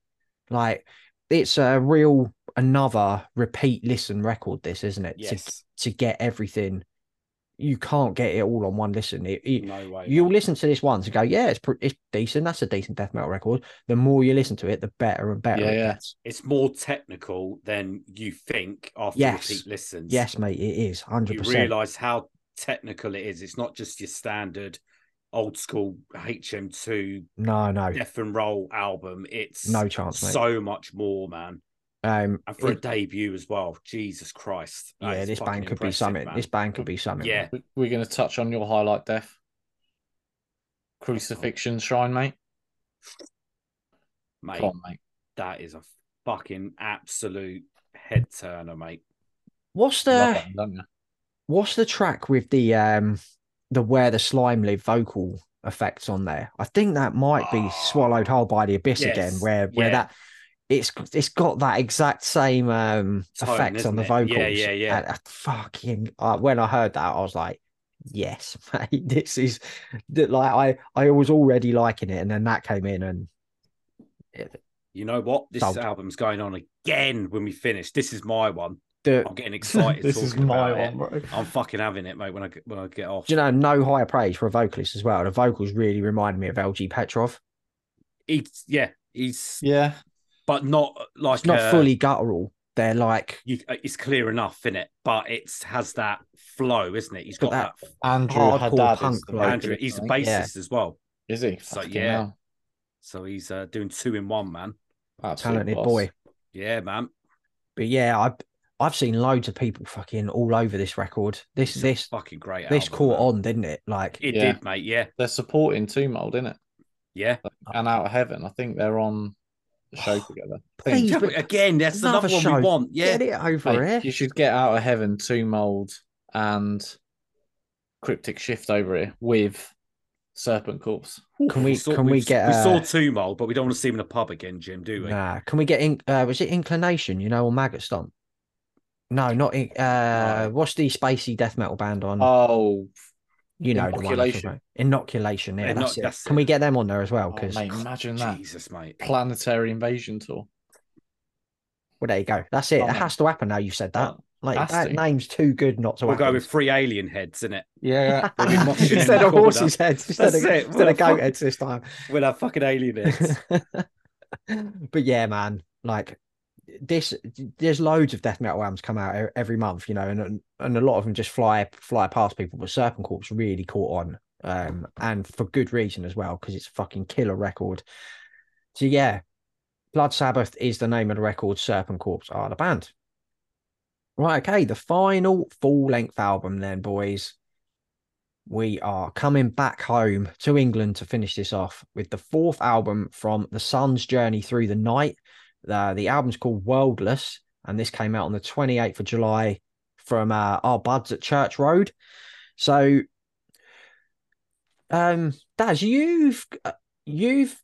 S1: Like it's a real another repeat listen record. This isn't it? To
S3: Yes,
S1: to get everything, you can't get it all on one listen. It, it-
S3: no way.
S1: You'll
S3: mate.
S1: listen to this once and go, yeah, it's pr- it's decent. That's a decent death metal record. The more you listen to it, the better and better.
S2: Yeah,
S1: it
S2: yeah.
S1: gets.
S3: It's more technical than you think after
S1: Yes.
S3: repeat listens.
S1: Yes, mate, it is hundred
S3: you
S1: percent.
S3: realize how technical it is. It's not just your standard old school HM2
S1: No, no,
S3: death and roll album. It's
S1: no chance, mate.
S3: so much more, man.
S1: um,
S3: And for
S1: it-
S3: a debut as well. Jesus Christ. That
S1: yeah,
S3: is
S1: this
S3: fucking
S1: band could be
S3: impressive,
S1: something.
S3: man.
S1: This band could be something.
S3: Yeah.
S1: mate.
S2: We- We're going to touch on your highlight, Death. Crucifixion Shrine, mate.
S3: mate,
S2: Come on, mate.
S3: that is a fucking absolute head turner, mate.
S1: What's
S2: You
S1: the
S2: love that, don't you?
S1: what's the track with the um the where the slime live vocal effects on there? I think that might be
S3: Ah.
S1: swallowed whole by the abyss again,
S3: Yes,
S1: where where
S3: yeah.
S1: that it's it's got that exact same um
S3: Tone,
S1: effect on
S3: isn't
S1: the
S3: it? Yeah,
S1: vocals.
S3: yeah, yeah.
S1: And I fucking uh, when I heard that, I was like. Yes, mate. This is that. Like I, I was already liking it, and then that came in, and
S3: You know what? This
S1: Sold.
S3: album's going on again when we finish. This is my one.
S1: the
S3: I'm getting excited.
S2: this is
S3: talking about
S2: my
S3: it.
S2: one, bro.
S3: I'm fucking having it, mate. When I get- when I get off,
S1: do you know no higher praise for a vocalist as well. The vocals really reminded me of LG Petrov.
S3: he's yeah, he's
S2: Yeah.
S3: but not like
S1: it's not
S3: uh,
S1: fully guttural. They're like
S3: You, uh, it's clear enough in it, but it's has that flow, isn't it? He's
S1: Got
S3: got,
S1: that
S3: that,
S2: Andrew
S1: Hardcore
S2: Haddad
S1: punk
S2: is the
S1: bloke.
S2: vocalist,
S3: Andrew. He's a
S2: I think.
S1: base- Yeah.
S3: bassist as well,
S2: Is he?
S3: So,
S2: Fucking
S3: yeah.
S2: hell.
S3: so he's uh, doing two in one, man.
S2: Absolute
S1: talented
S2: boss.
S1: boy.
S3: Yeah, man.
S1: But yeah, I I've seen loads of people fucking all over this record. This
S3: It's a
S1: this
S3: fucking great.
S1: this
S3: album,
S1: caught
S3: man.
S1: on, didn't it? Like
S3: It
S2: Yeah.
S3: did, mate. Yeah,
S2: They're supporting Two Mold, innit?
S3: yeah.
S2: And Out of Heaven. I think they're on the show together.
S1: please, but
S3: Again, that's
S1: Another
S3: another, one
S1: show.
S3: we want. Yeah,
S1: get it over
S2: Hey, you
S1: here.
S2: should get Out of Heaven, Two Mold, and Cryptic Shift over here with Serpent Corpse.
S1: Can we
S3: saw-
S1: can we
S3: we've-
S1: get
S3: We saw
S1: uh,
S3: two mold, but we don't want to see him in a pub again, Jim. Do we?
S1: nah? Can we get in, uh, was it inclination? You know, or maggot stomp? No, not in, uh, what's the spacey death metal band on?
S3: Uh,
S2: Oh,
S1: you know, the one I'm talking
S2: Inoculation.
S1: about. Inoculation. Yeah,
S3: Inoc-
S1: that's it.
S3: that's
S1: Can
S3: it.
S1: we get them on there as well?
S2: oh,
S1: Because
S2: mate, imagine that.
S3: Jesus, mate.
S2: Planetary Invasion Tour.
S1: well, there you go. That's it.
S2: Oh,
S1: it
S2: mate.
S1: has to happen now. You said that. Like
S2: has
S1: that
S2: to.
S1: name's too good not to.
S3: We'll go
S1: happen.
S3: with three alien heads in it.
S2: Yeah.
S3: We'll be moshing in
S1: instead
S3: the
S1: of
S3: corner.
S1: horses' heads, instead
S3: That's
S1: of,
S3: it.
S1: instead
S3: We'll
S1: of goat
S3: fuck-
S1: heads this time.
S3: We'll have fucking alien heads.
S1: but yeah, man, like this, there's loads of death metal albums come out e- every month, you know, and and a lot of them just fly fly past people. But Serpent Corpse really caught on, um, and for good reason as well, because it's a fucking killer record. So yeah, Blood Sabbath is the name of the record. Serpent Corpse are the band. Right, okay, the final full length album, then, boys. We are coming back home to England to finish this off with the fourth album from The Sun's Journey Through the Night. Uh, the album's called Worldless, and this came out on the 28th of July from uh, our buds at Church Road. So, um, Daz, you've uh, you've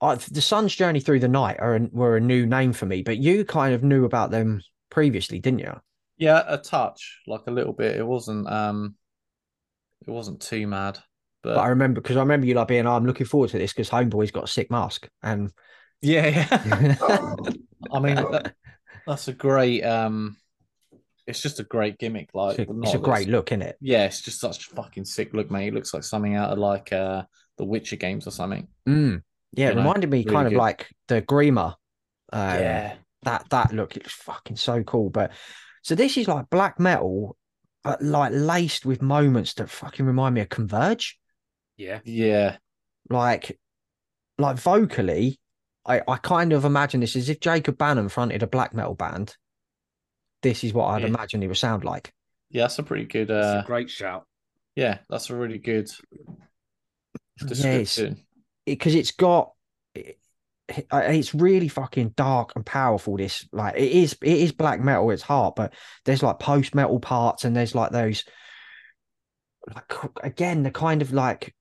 S1: uh, The Sun's Journey Through the Night are a, were a new name for me, but you kind of knew about them previously, didn't you?
S2: yeah, a touch, like a little bit. It wasn't um it wasn't too mad. But,
S1: But I remember because I remember you like being, "Oh, I'm looking forward to this because Homeboy's got a sick mask, and
S2: yeah, yeah. Um, I mean that, that's a great um it's just a great gimmick, like
S1: it's a, it's
S2: not
S1: a great
S2: this-
S1: look, isn't it?
S2: Yeah, it's just such a fucking sick look, mate. It looks like something out of like uh the Witcher games or something.
S1: Mm. Yeah,
S2: You
S1: it
S2: know,
S1: reminded me
S2: really
S1: kind
S2: good.
S1: of like the Grima. Um,
S2: yeah.
S1: That that look, it's fucking so cool. But so this is like black metal, but like laced with moments that fucking remind me of Converge.
S3: Yeah,
S2: Yeah.
S1: Like, like vocally, I I kind of imagine this as if Jacob Bannon fronted a black metal band. This is what I'd
S2: Yeah.
S1: imagine he would sound like.
S2: Yeah, that's a pretty
S3: it's
S2: good uh
S3: a great shout.
S2: yeah, that's a really good
S1: it's-
S2: description.
S1: because it, has got it, it- it's really fucking dark and powerful this like it is it is black metal at its heart but there's like post metal parts and there's like those like again the kind of like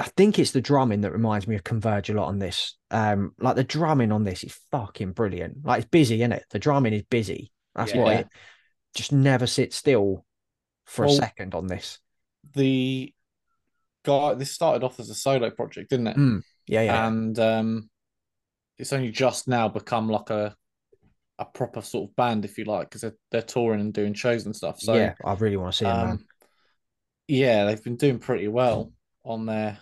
S1: I think it's the drumming that reminds me of Converge a lot on this. Um, like the drumming on this is fucking brilliant. Like it's busy, isn't it? The drumming is busy. That's why
S2: Yeah.
S1: it just never sits still for a
S2: Well,
S1: second on this.
S2: The guy this started off as a solo project, didn't it?
S1: Mm, Yeah, yeah.
S2: and um, it's only just now become like a a proper sort of band, if you like, because they're, they're touring and doing shows and stuff. So
S1: yeah, I really want to see him, man.
S2: um, yeah, they've been doing pretty well on their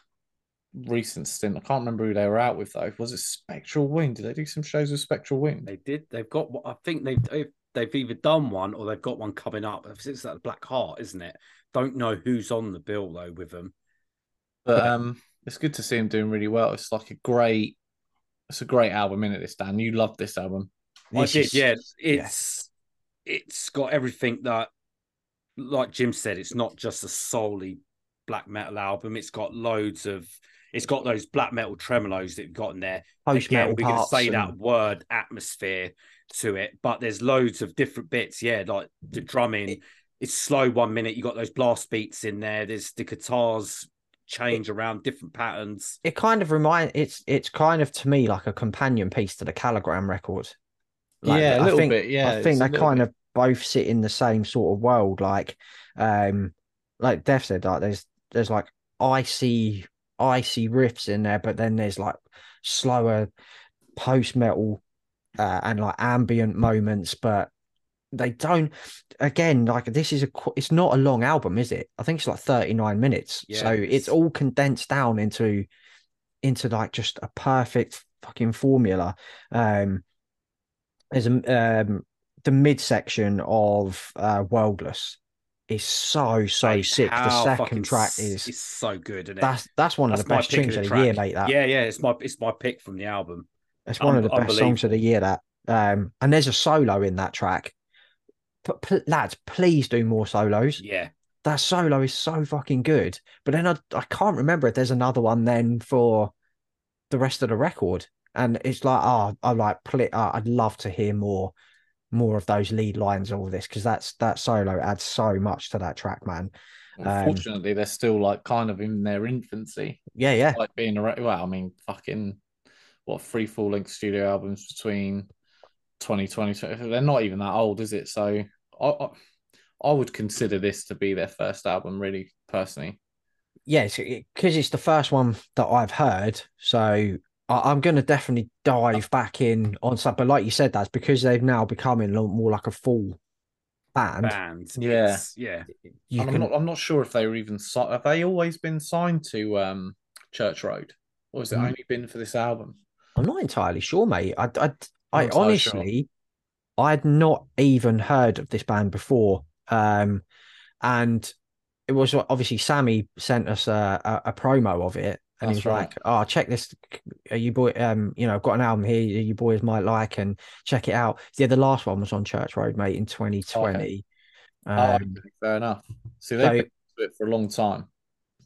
S2: recent stint. I can't remember who they were out with though. Was it Spectral Wound? Did they do some shows with Spectral Wound?
S3: They did. They've got. I think they've they've- they've either done one or they've got one coming up. It's that Black Heart, isn't it? Don't know who's on the bill though with them.
S2: But um, it's good to see them doing really well. It's like a great, it's a great album, is This Dan, you love this album.
S3: I
S1: This
S3: did.
S1: is-
S3: yeah, it's it's got everything that, like Jim said, it's not just a solely black metal album. It's got loads of. It's got those black metal tremolos that you've got in there.
S1: post metal
S3: Again, we're going to
S1: parts
S3: say
S1: and-
S3: that word atmosphere to it, but there's loads of different bits. Yeah, like
S1: Mm.
S3: the drumming, it's slow one minute. You got those blast beats in there. There's the guitars change around different patterns.
S1: it kind of remind it's it's kind of to me like a companion piece to the Caligram record. Like,
S2: yeah, a
S1: I
S2: little
S1: think-
S2: bit. Yeah,
S1: I
S2: it's
S1: think
S2: a
S1: they
S2: little
S1: kind
S2: bit-
S1: of both sit in the same sort of world. Like, um, like Def said, like there's there's like icy icy riffs in there, but then there's like slower post metal uh, and like ambient moments, but they don't. Again, like this is a qu- it's not a long album, is it? I think it's like thirty nine minutes,
S3: Yeah,
S1: so it's
S3: it's-
S1: all condensed down into into like just a perfect fucking formula. Um, there's a um the midsection of uh Worldless is so so
S3: Mate,
S1: sick. The
S3: how
S1: second
S3: fucking
S1: track
S3: s-
S1: is
S3: it's so good. Isn't it?
S1: that's that's one of
S3: That's
S1: the
S3: my
S1: best
S3: pick of
S1: tunes
S3: the
S1: of the
S3: track.
S1: year, mate. That
S3: yeah, yeah. It's my it's my pick from the album.
S1: it's one of
S3: un-
S1: the best songs of the year. That Um, and there's a solo in that track. But pl- lads, please do more solos.
S3: Yeah.
S1: That solo is so fucking good. But then I, I can't remember if there's another one then for the rest of the record. And it's like, oh, I like, pl- oh, I'd love to hear more, more of those lead lines, all this, because that's that solo adds so much to that track, man.
S2: um, Unfortunately, they're still like kind of in their infancy,
S1: Yeah, yeah,
S2: like being around. Well, I mean, fucking what three full length studio albums between 2020. They're not even that old, is it? So I, I, I would consider this to be their first album, really, personally.
S1: yeah. Because it's, the first one that I've heard, so I, I'm gonna definitely dive back in on stuff. But like you said, that's because they've now becoming lo- more like a full band.
S3: Band.
S2: Yeah.
S3: It's- Yeah.
S1: You
S2: and
S1: can,
S2: I'm not. I'm not sure if they were even. si- Have they always been signed to um, Church Road, or has it
S1: Mm.
S2: only been for this album?
S1: I'm not entirely sure, mate. I, I, I
S2: Not entirely sure.
S1: honestly, I'd not even heard of this band before. Um, and it was obviously Sammy sent us a, a, a promo of it, and he
S2: That's
S1: was
S2: right.
S1: like, "Oh, check this. Are you boy? Um, you know, I've got an album here. You boys might like, and check it out." Yeah, the last one was on Church Road, mate, in 2020.
S2: oh,
S1: Um,
S2: okay, fair enough.
S1: so-
S2: See, they've been to it for a long time.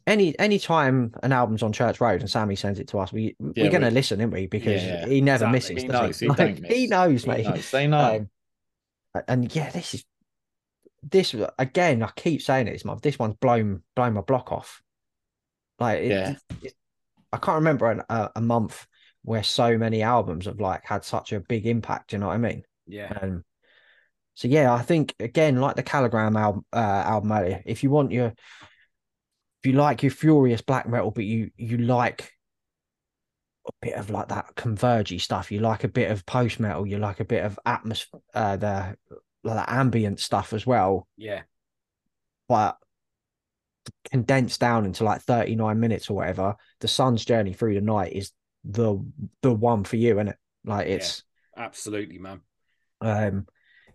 S1: any any time an album's on Church Road and Sammy sends it to us, we
S2: Yeah,
S1: we're gonna
S2: we-
S1: listen, aren't we? Because
S2: Yeah,
S1: he never
S3: exactly.
S1: misses.
S2: He
S1: does
S2: knows, he
S1: Like,
S2: don't
S1: he
S2: miss.
S1: knows,
S2: He
S1: mate.
S2: knows, they know.
S1: Um, and yeah, this is this again. I keep saying it. It's my this one's blown blown my block off. Like it,
S2: Yeah.
S1: it- I can't remember an, a, a month where so many albums have like had such a big impact. You know what I mean?
S3: Yeah.
S1: Um, so yeah, I think again, like the Caligram album, uh, album earlier, if you want your, if you like your furious black metal, but you you like a bit of like that convergy stuff, you like a bit of post metal, you like a bit of atmosphere, uh, the like the ambient stuff as well,
S3: Yeah.
S1: but condensed down into like thirty nine minutes or whatever. The Sun's Journey Through the Night is the the one for you, isn't it? Like
S3: Yeah.
S1: it's.
S3: Absolutely, man.
S1: Um,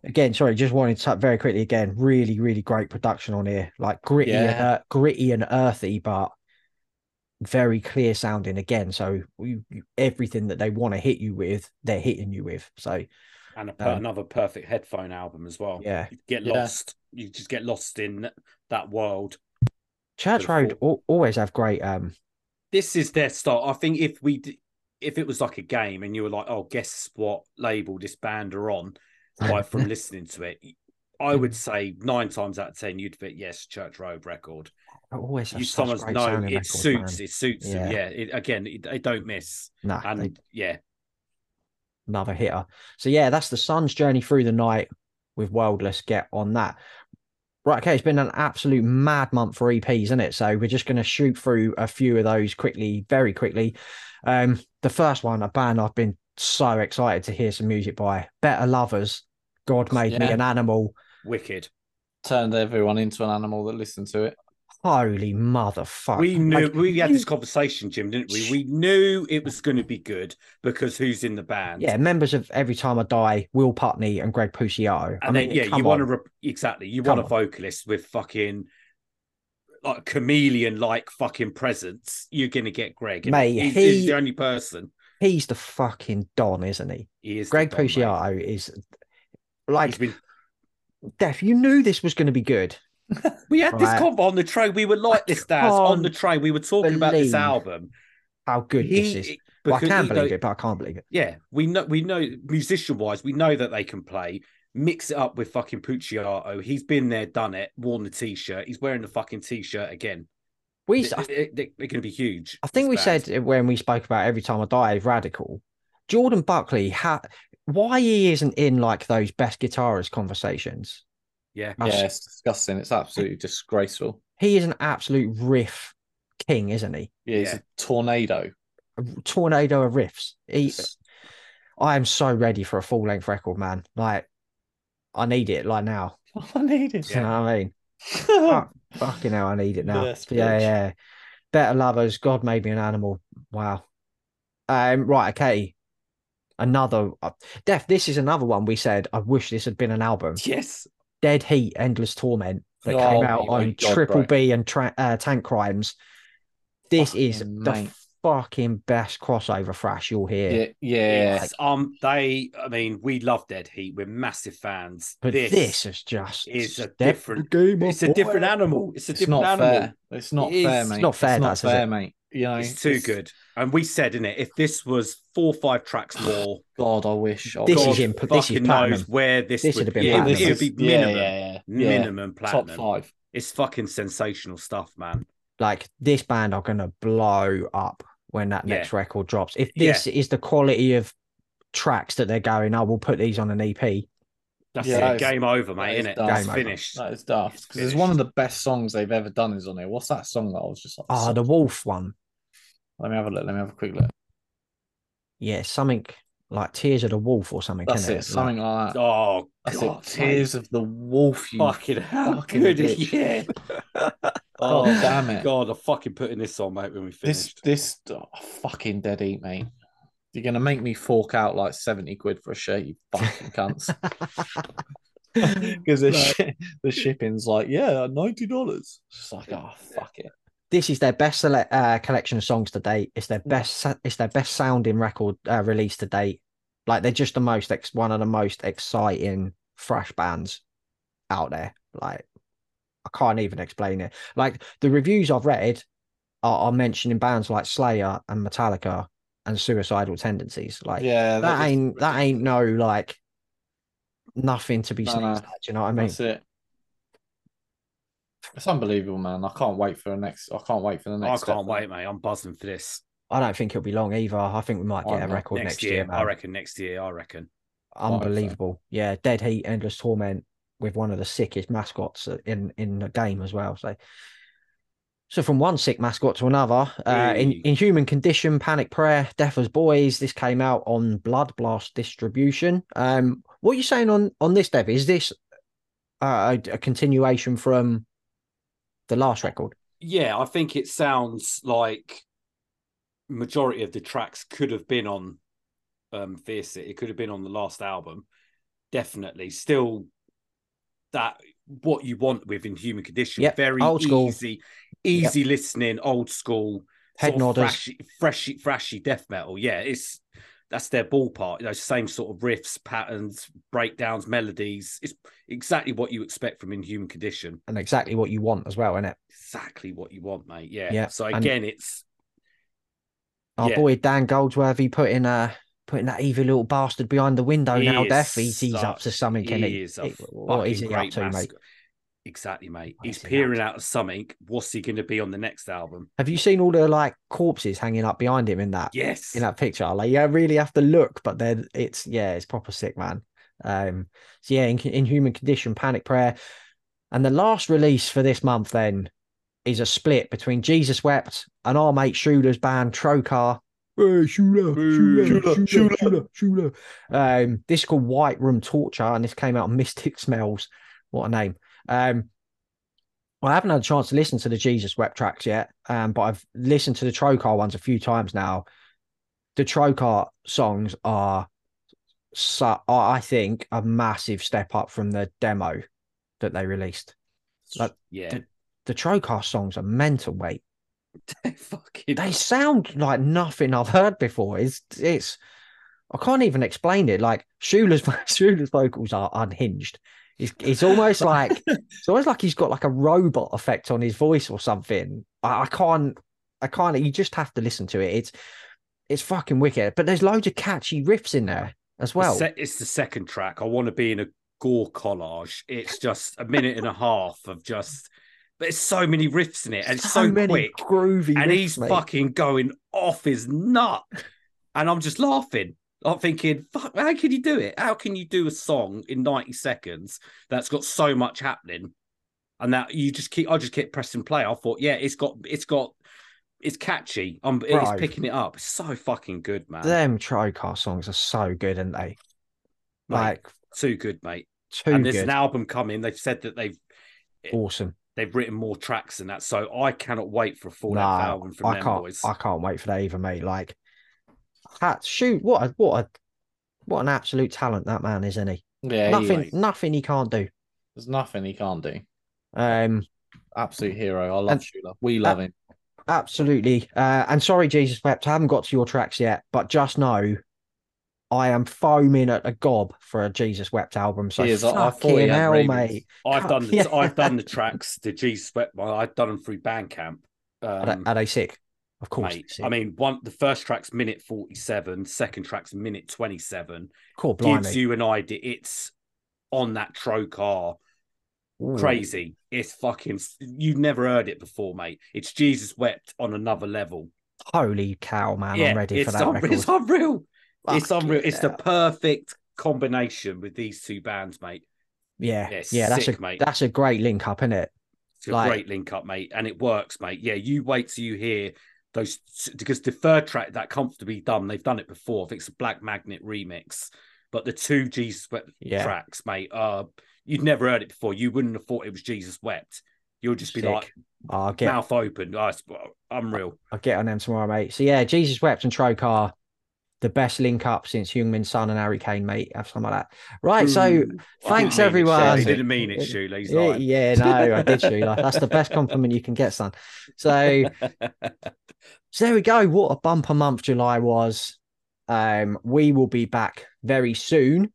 S1: again, sorry, just wanted to touch very quickly again. Really, really great production on here, like gritty, and,
S2: Yeah.
S1: uh, gritty and earthy, but very clear sounding again. So you, you- everything that they want to hit you with, they're hitting you with. So
S3: And a, per-
S1: Um,
S3: another perfect headphone album as well.
S1: yeah,
S3: You get
S2: Yeah.
S3: lost. You just get lost in that world.
S1: Church
S3: Beautiful.
S1: Road al- always have great. Um,
S3: this is their start. I think if we d- if it was like a game and you were like, oh, guess what label this band are on, like from listening to it, I would say nine times out of ten you'd be yes, Church Road record.
S1: always have
S3: you
S1: such
S3: summers
S1: great
S3: know it
S1: sounding records,
S3: suits,
S1: man.
S3: it suits them.
S1: Yeah.
S3: Yeah, it, again, it, they don't miss,
S1: Nah,
S3: and
S1: they-
S3: yeah,
S1: another hitter. So yeah, that's the Sun's journey through the night with Worldless. Get on that. Right, okay, it's been an absolute mad month for EPs, isn't it? So we're just going to shoot through a few of those quickly, very quickly. Um, the first one, a band I've been so excited to hear some music by, Better Lovers, God Made Me
S2: Yeah.
S1: an Animal.
S3: wicked.
S2: Turned everyone into an animal that listened to it.
S1: Holy motherfucker!
S3: We knew
S1: Like,
S3: we had
S1: you-
S3: this conversation, Jim, didn't we? We knew it was going to be good because who's in the band?
S1: Yeah, members of Every Time I Die, Will Putney and Greg Puccio. I
S3: And
S1: mean,
S3: then yeah, you
S1: come
S3: want
S1: on.
S3: to rep- exactly you
S1: Come
S3: want a
S1: on.
S3: vocalist with fucking like chameleon like fucking presence. You're gonna get Greg. innit?
S1: Mate,
S3: he's,
S1: he-
S3: he's the only person.
S1: He's the fucking don, isn't he?
S3: He is the
S1: Greg
S3: Don, mate.
S1: Puciato is
S3: He's
S1: like
S3: been-
S1: Def. You knew this was going to be good.
S3: we had this
S1: Right.
S3: combo on the train. We were like this, Daz, on the train. We were talking about this
S1: believe
S3: album.
S1: How good
S3: He-
S1: this is! Well, I
S3: because
S1: can
S3: he
S1: believe
S3: know-
S1: it, but I can't believe it.
S3: Yeah, we know we know musician wise, we know that they can play. Mix it up with fucking Pucciato. He's been there, done it. Worn the t-shirt. He's wearing the fucking t-shirt again.
S1: We,
S3: They,
S1: I,
S3: they, are gonna be huge.
S1: I think
S3: this
S1: we
S3: band.
S1: said it when we spoke about every time I die, radical. Jordan Buckley, ha- why he isn't in like those best guitarist conversations?
S3: yeah,
S1: Us-
S2: Yeah, it's disgusting. It's absolutely disgraceful.
S1: He is an absolute riff king, isn't he?
S2: Yeah, it's
S3: Yeah.
S2: a tornado.
S1: A tornado of riffs. He,
S2: It's-
S1: I am so ready for a full length record, man. Like, I need it like now.
S2: I need it.
S1: Do You know what I mean? Fucking hell, I need it now.
S2: Yes,
S1: yeah,
S2: bitch.
S1: yeah. Better lovers. God made me an animal. Wow. Um, right, okay. Another uh, Def, this is another one we said I wish this had been an album.
S3: yes,
S1: Dead Heat, Endless Torment that
S2: Oh
S1: came out
S2: my
S1: on
S2: God,
S1: Triple
S2: bro.
S1: B and tra- uh, Tank Crimes. This is
S2: Fucking
S1: the
S2: mate.
S1: fucking best crossover thrash you'll hear.
S2: Yeah, yeah.
S3: It's, um, they, I mean, we love Dead Heat. We're massive fans.
S1: But this, is just
S3: is a
S1: step-
S3: different
S1: game.
S3: It's a different animal. It's a
S2: It's
S3: different
S2: not
S3: animal.
S2: fair. It's not
S3: It
S2: fair,
S3: is.
S2: mate.
S1: It's not fair,
S2: It's not
S1: that's, is
S2: fair,
S1: it?
S2: mate. You know,
S3: It's too good. And we said in it, if this was four or five tracks more,
S2: God, I wish. I
S1: This is
S3: God
S2: wish.
S1: in- this is
S3: fucking knows
S1: platinum.
S3: where this,
S1: This would
S3: would
S1: have
S3: be.
S1: been
S2: yeah,
S1: platinum.
S2: this
S3: It would
S2: is,
S3: be minimum,
S2: yeah, yeah, yeah.
S3: minimum platinum.
S2: top five.
S3: It's fucking sensational stuff, man.
S1: like this band are gonna blow up when that
S3: Yeah.
S1: next record drops. If
S3: Yeah.
S1: this is the quality of tracks that they're going, I will put these on an E EP.
S3: That's
S2: Yeah,
S3: it.
S2: that is-
S3: Game over, mate.
S2: that is
S3: Innit?
S2: done.
S3: That's
S1: Game over.
S3: finished.
S2: That is daft because it's
S3: Finished.
S2: one of the best songs they've ever done. Is on here. What's that song that I was just like?
S1: Oh, the Wolf one.
S2: Let me have a look. Let me have a quick look.
S1: Yeah, something like Tears of the Wolf or something.
S2: That's
S1: innit?
S2: it. Something like that.
S3: Oh,
S2: That's
S3: God, Oh,
S2: it. Tears of the Wolf. You
S3: mate. Fucking hell.
S2: fucking
S3: good.
S2: bitch.
S3: Yeah.
S2: Oh, damn it.
S3: God, I'm fucking putting this on, mate, when we
S2: This
S3: finish.
S2: this oh, fucking dead eat, mate. You're gonna make me fork out like seventy quid for a shirt, you fucking cunts.
S1: Like,
S2: Because the,
S1: Right.
S2: shi- the shipping's like, yeah, ninety dollars. Just like, oh fuck it.
S1: this is their best sele- uh, collection of songs to date. It's their
S2: Mm.
S1: best. sa- It's their best sounding record uh, release to date. Like they're just the most ex- one of the most exciting thrash bands out there. Like I can't even explain it. Like the reviews I've read are, are mentioning bands like Slayer and Metallica and Suicidal Tendencies. Like
S2: yeah,
S1: that,
S2: is-
S1: ain't that ain't no like nothing to be
S2: No,
S1: sneezed
S2: no.
S1: at. do You know what I mean?
S2: That's it. It's unbelievable, man. I can't wait for the next. I can't wait for the
S3: I
S2: next.
S3: can't
S2: step.
S3: wait, mate. I'm buzzing for this.
S1: I don't think it'll be long either. I think we might
S2: Oh,
S1: get a
S2: no.
S1: record
S3: next,
S1: next,
S3: year,
S1: year. man.
S3: I reckon next year, I reckon.
S2: hope so.
S1: unbelievable. Yeah, Dead Heat, Endless Torment with one of the sickest mascots in in the game as well. So, so from one sick mascot to another, uh, in
S3: Hey.
S1: in Human Condition, Panic Prayer, Deaf as Boys. This came out on Blood Blast Distribution. Um, what are you saying on on this, Dev? Is this uh, a, a continuation from the last record?
S3: Yeah, I think it sounds like majority of the tracks could have been on um Fear City. It could have been on the last album. Definitely. Still that what you want with Inhuman Condition.
S1: Yep,
S3: Very
S1: old school.
S3: easy, easy listening, old school,
S1: Head
S3: sort of
S1: nodders.
S3: thrashy, thrashy, thrashy death metal. Yeah, it's that's their ballpark. You know, same sort of riffs, patterns, breakdowns, melodies. It's exactly what you expect from Inhuman Condition
S1: And exactly what you want as well, innit?
S3: exactly what you want, mate. Yeah.
S1: Yeah,
S3: So
S1: and-
S3: again, it's
S1: Our
S3: Yeah.
S1: boy Dan Goldsworth, he put in a putting that evil little bastard behind the window
S3: He
S1: now,
S3: is
S1: Def. He's, he's
S3: such-
S1: up to something, can
S3: he
S1: he?
S3: is a
S1: He- what is
S3: fucking
S1: he up
S3: great
S1: to, mate?
S3: mascot. Exactly, mate.
S1: What
S3: He's
S1: is he up
S3: peering out of something. What's he going to be on the next album?
S1: Have you seen all the like corpses hanging up behind him in that
S3: Yes.
S1: in that picture? Like, yeah, I really have to look, but then it's yeah, it's proper sick, man. Um, so yeah, in, in human condition, panic prayer, and the last release for this month then is a split between Jesus Wept and our mate Shooter's band Trocar. Hey, Shooter,
S3: Hey,
S1: Shooter,
S3: Shooter,
S1: Shooter, Shooter, Shooter. Um, this is called White Room Torture, and this came out on Mystic Smells. What a name. Um, well, I haven't had a chance to listen to the Jesus Wept tracks yet, um, but I've listened to the Trocar ones a few times now. The Trocar songs are, su- are, I think, a massive step up from the demo that they released. like-
S3: yeah.
S1: Dude. The Trocar songs are mental, mate.
S3: fucking.
S1: They sound like nothing I've heard before. It's, it's, I can't even explain it. Like Shula's, Shula's vocals are unhinged. It's, it's almost like It's almost like he's got like a robot effect on his voice or something. I, I can't, I can't. You just have to listen to it. It's, it's fucking wicked. But there's loads of catchy riffs in there as well.
S3: The se- it's the second track. I want to be in a gore collage. It's just a minute and a half of just. But it's so many riffs in it, and it's so, quick.
S1: groovy. riffs,
S3: and he's
S1: mate.
S3: fucking going off his nut. And I'm just laughing. I'm thinking, fuck, how can you do it? How can you do a song in 90 seconds that's got so much happening? And that you just keep I just kept pressing play. I thought, yeah, it's got it's got it's catchy. I'm
S1: Right.
S3: it's picking it up. It's so fucking good, man.
S1: Them Trocar songs are so good, aren't they?
S3: Mate,
S1: Like
S3: too good, mate.
S1: too
S3: and
S1: good.
S3: there's an album coming. They've said that they've
S1: awesome.
S3: they've written more tracks than that. So I cannot wait for a full
S1: No,
S3: length album from
S1: I
S3: them
S1: can't.
S3: boys.
S1: I can't wait for that either, mate. Like, hat shoot. What a what a what an absolute talent that man is, isn't he?
S2: Yeah,
S1: nothing,
S2: He,
S1: nothing he can't do.
S2: there's nothing he can't do.
S1: Um,
S2: Absolute hero. I love
S1: And-
S2: Shula. We love him.
S1: Absolutely. Uh, and sorry, Jesus Wept, I haven't got to your tracks yet, but just know I am foaming at a gob for a Jesus Wept album. So
S2: He is. I- I thought he
S1: fucking
S2: had
S1: hell,
S2: ravens.
S1: mate.
S3: I've done the,
S1: Yeah.
S3: I've done the tracks to G Sweat. Well, I've done them through Bandcamp.
S1: Are they-
S3: Um,
S1: are they sick? Of course.
S3: mate.
S1: they're sick.
S3: I mean, one the first track's minute 47, second track's minute 27.
S1: cool,
S3: Gives
S1: blimey.
S3: you an idea. It's on that trocar.
S1: Ooh.
S3: Crazy. It's fucking you've never heard it before, mate. It's Jesus wept on another level.
S1: Holy cow, man. I'm ready for
S3: it's
S1: that
S3: un-
S1: record.
S3: It's unreal. it's
S1: Fucking
S3: unreal. It's the
S1: hell.
S3: perfect combination with these two bands, mate.
S1: Yeah,
S3: Yeah,
S1: yeah, that's
S3: sick,
S1: a
S3: mate.
S1: that's a great link up, isn't it?
S3: It's a
S1: Like-
S3: great link up, mate, and it works, mate. Yeah, you wait till you hear those because the third track that comfortably done, they've done it before. I think it's a Black Magnet remix, but the two Jesus Wept
S1: Yeah.
S3: tracks, mate, uh, you'd never heard it before. You wouldn't have thought it was Jesus Wept. You'll just be
S1: Sick.
S3: like
S1: I'll get
S3: mouth open. Oh, it's well, unreal.
S1: I'll get on them tomorrow, mate. So yeah, Jesus Wept and Trokar, the best link up since Heung-Min Son and Harry Kane, mate. Have something like that. Right, so
S3: Ooh, I
S1: thanks,
S3: didn't mean it,
S1: everyone.
S3: Shirley. Didn't mean it, Shula. He's
S1: yeah,
S3: lying.
S1: yeah, no, I did show you. That's the best compliment you can get, son. So, so there we go. What a bumper month July was. Um, we will be back very soon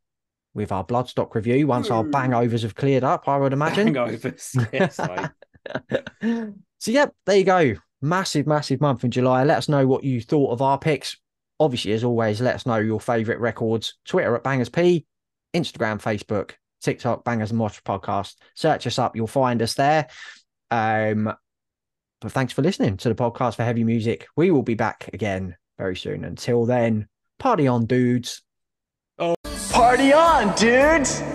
S1: with our bloodstock review once our
S3: Ooh.
S1: bangovers have cleared up. I would imagine.
S3: Hangovers. Yes, mate.
S1: so yep, there you go. Massive, massive month in July. Let us know what you thought of our picks. Obviously, as always, let us know your favourite records. Twitter at Bangers P, Instagram, Facebook, TikTok, Bangers and Watch Podcast. Search us up, you'll find us there. Um, but thanks for listening to the podcast for heavy music. We will be back again very soon. Until then, party on, dudes.
S4: Party on, dudes!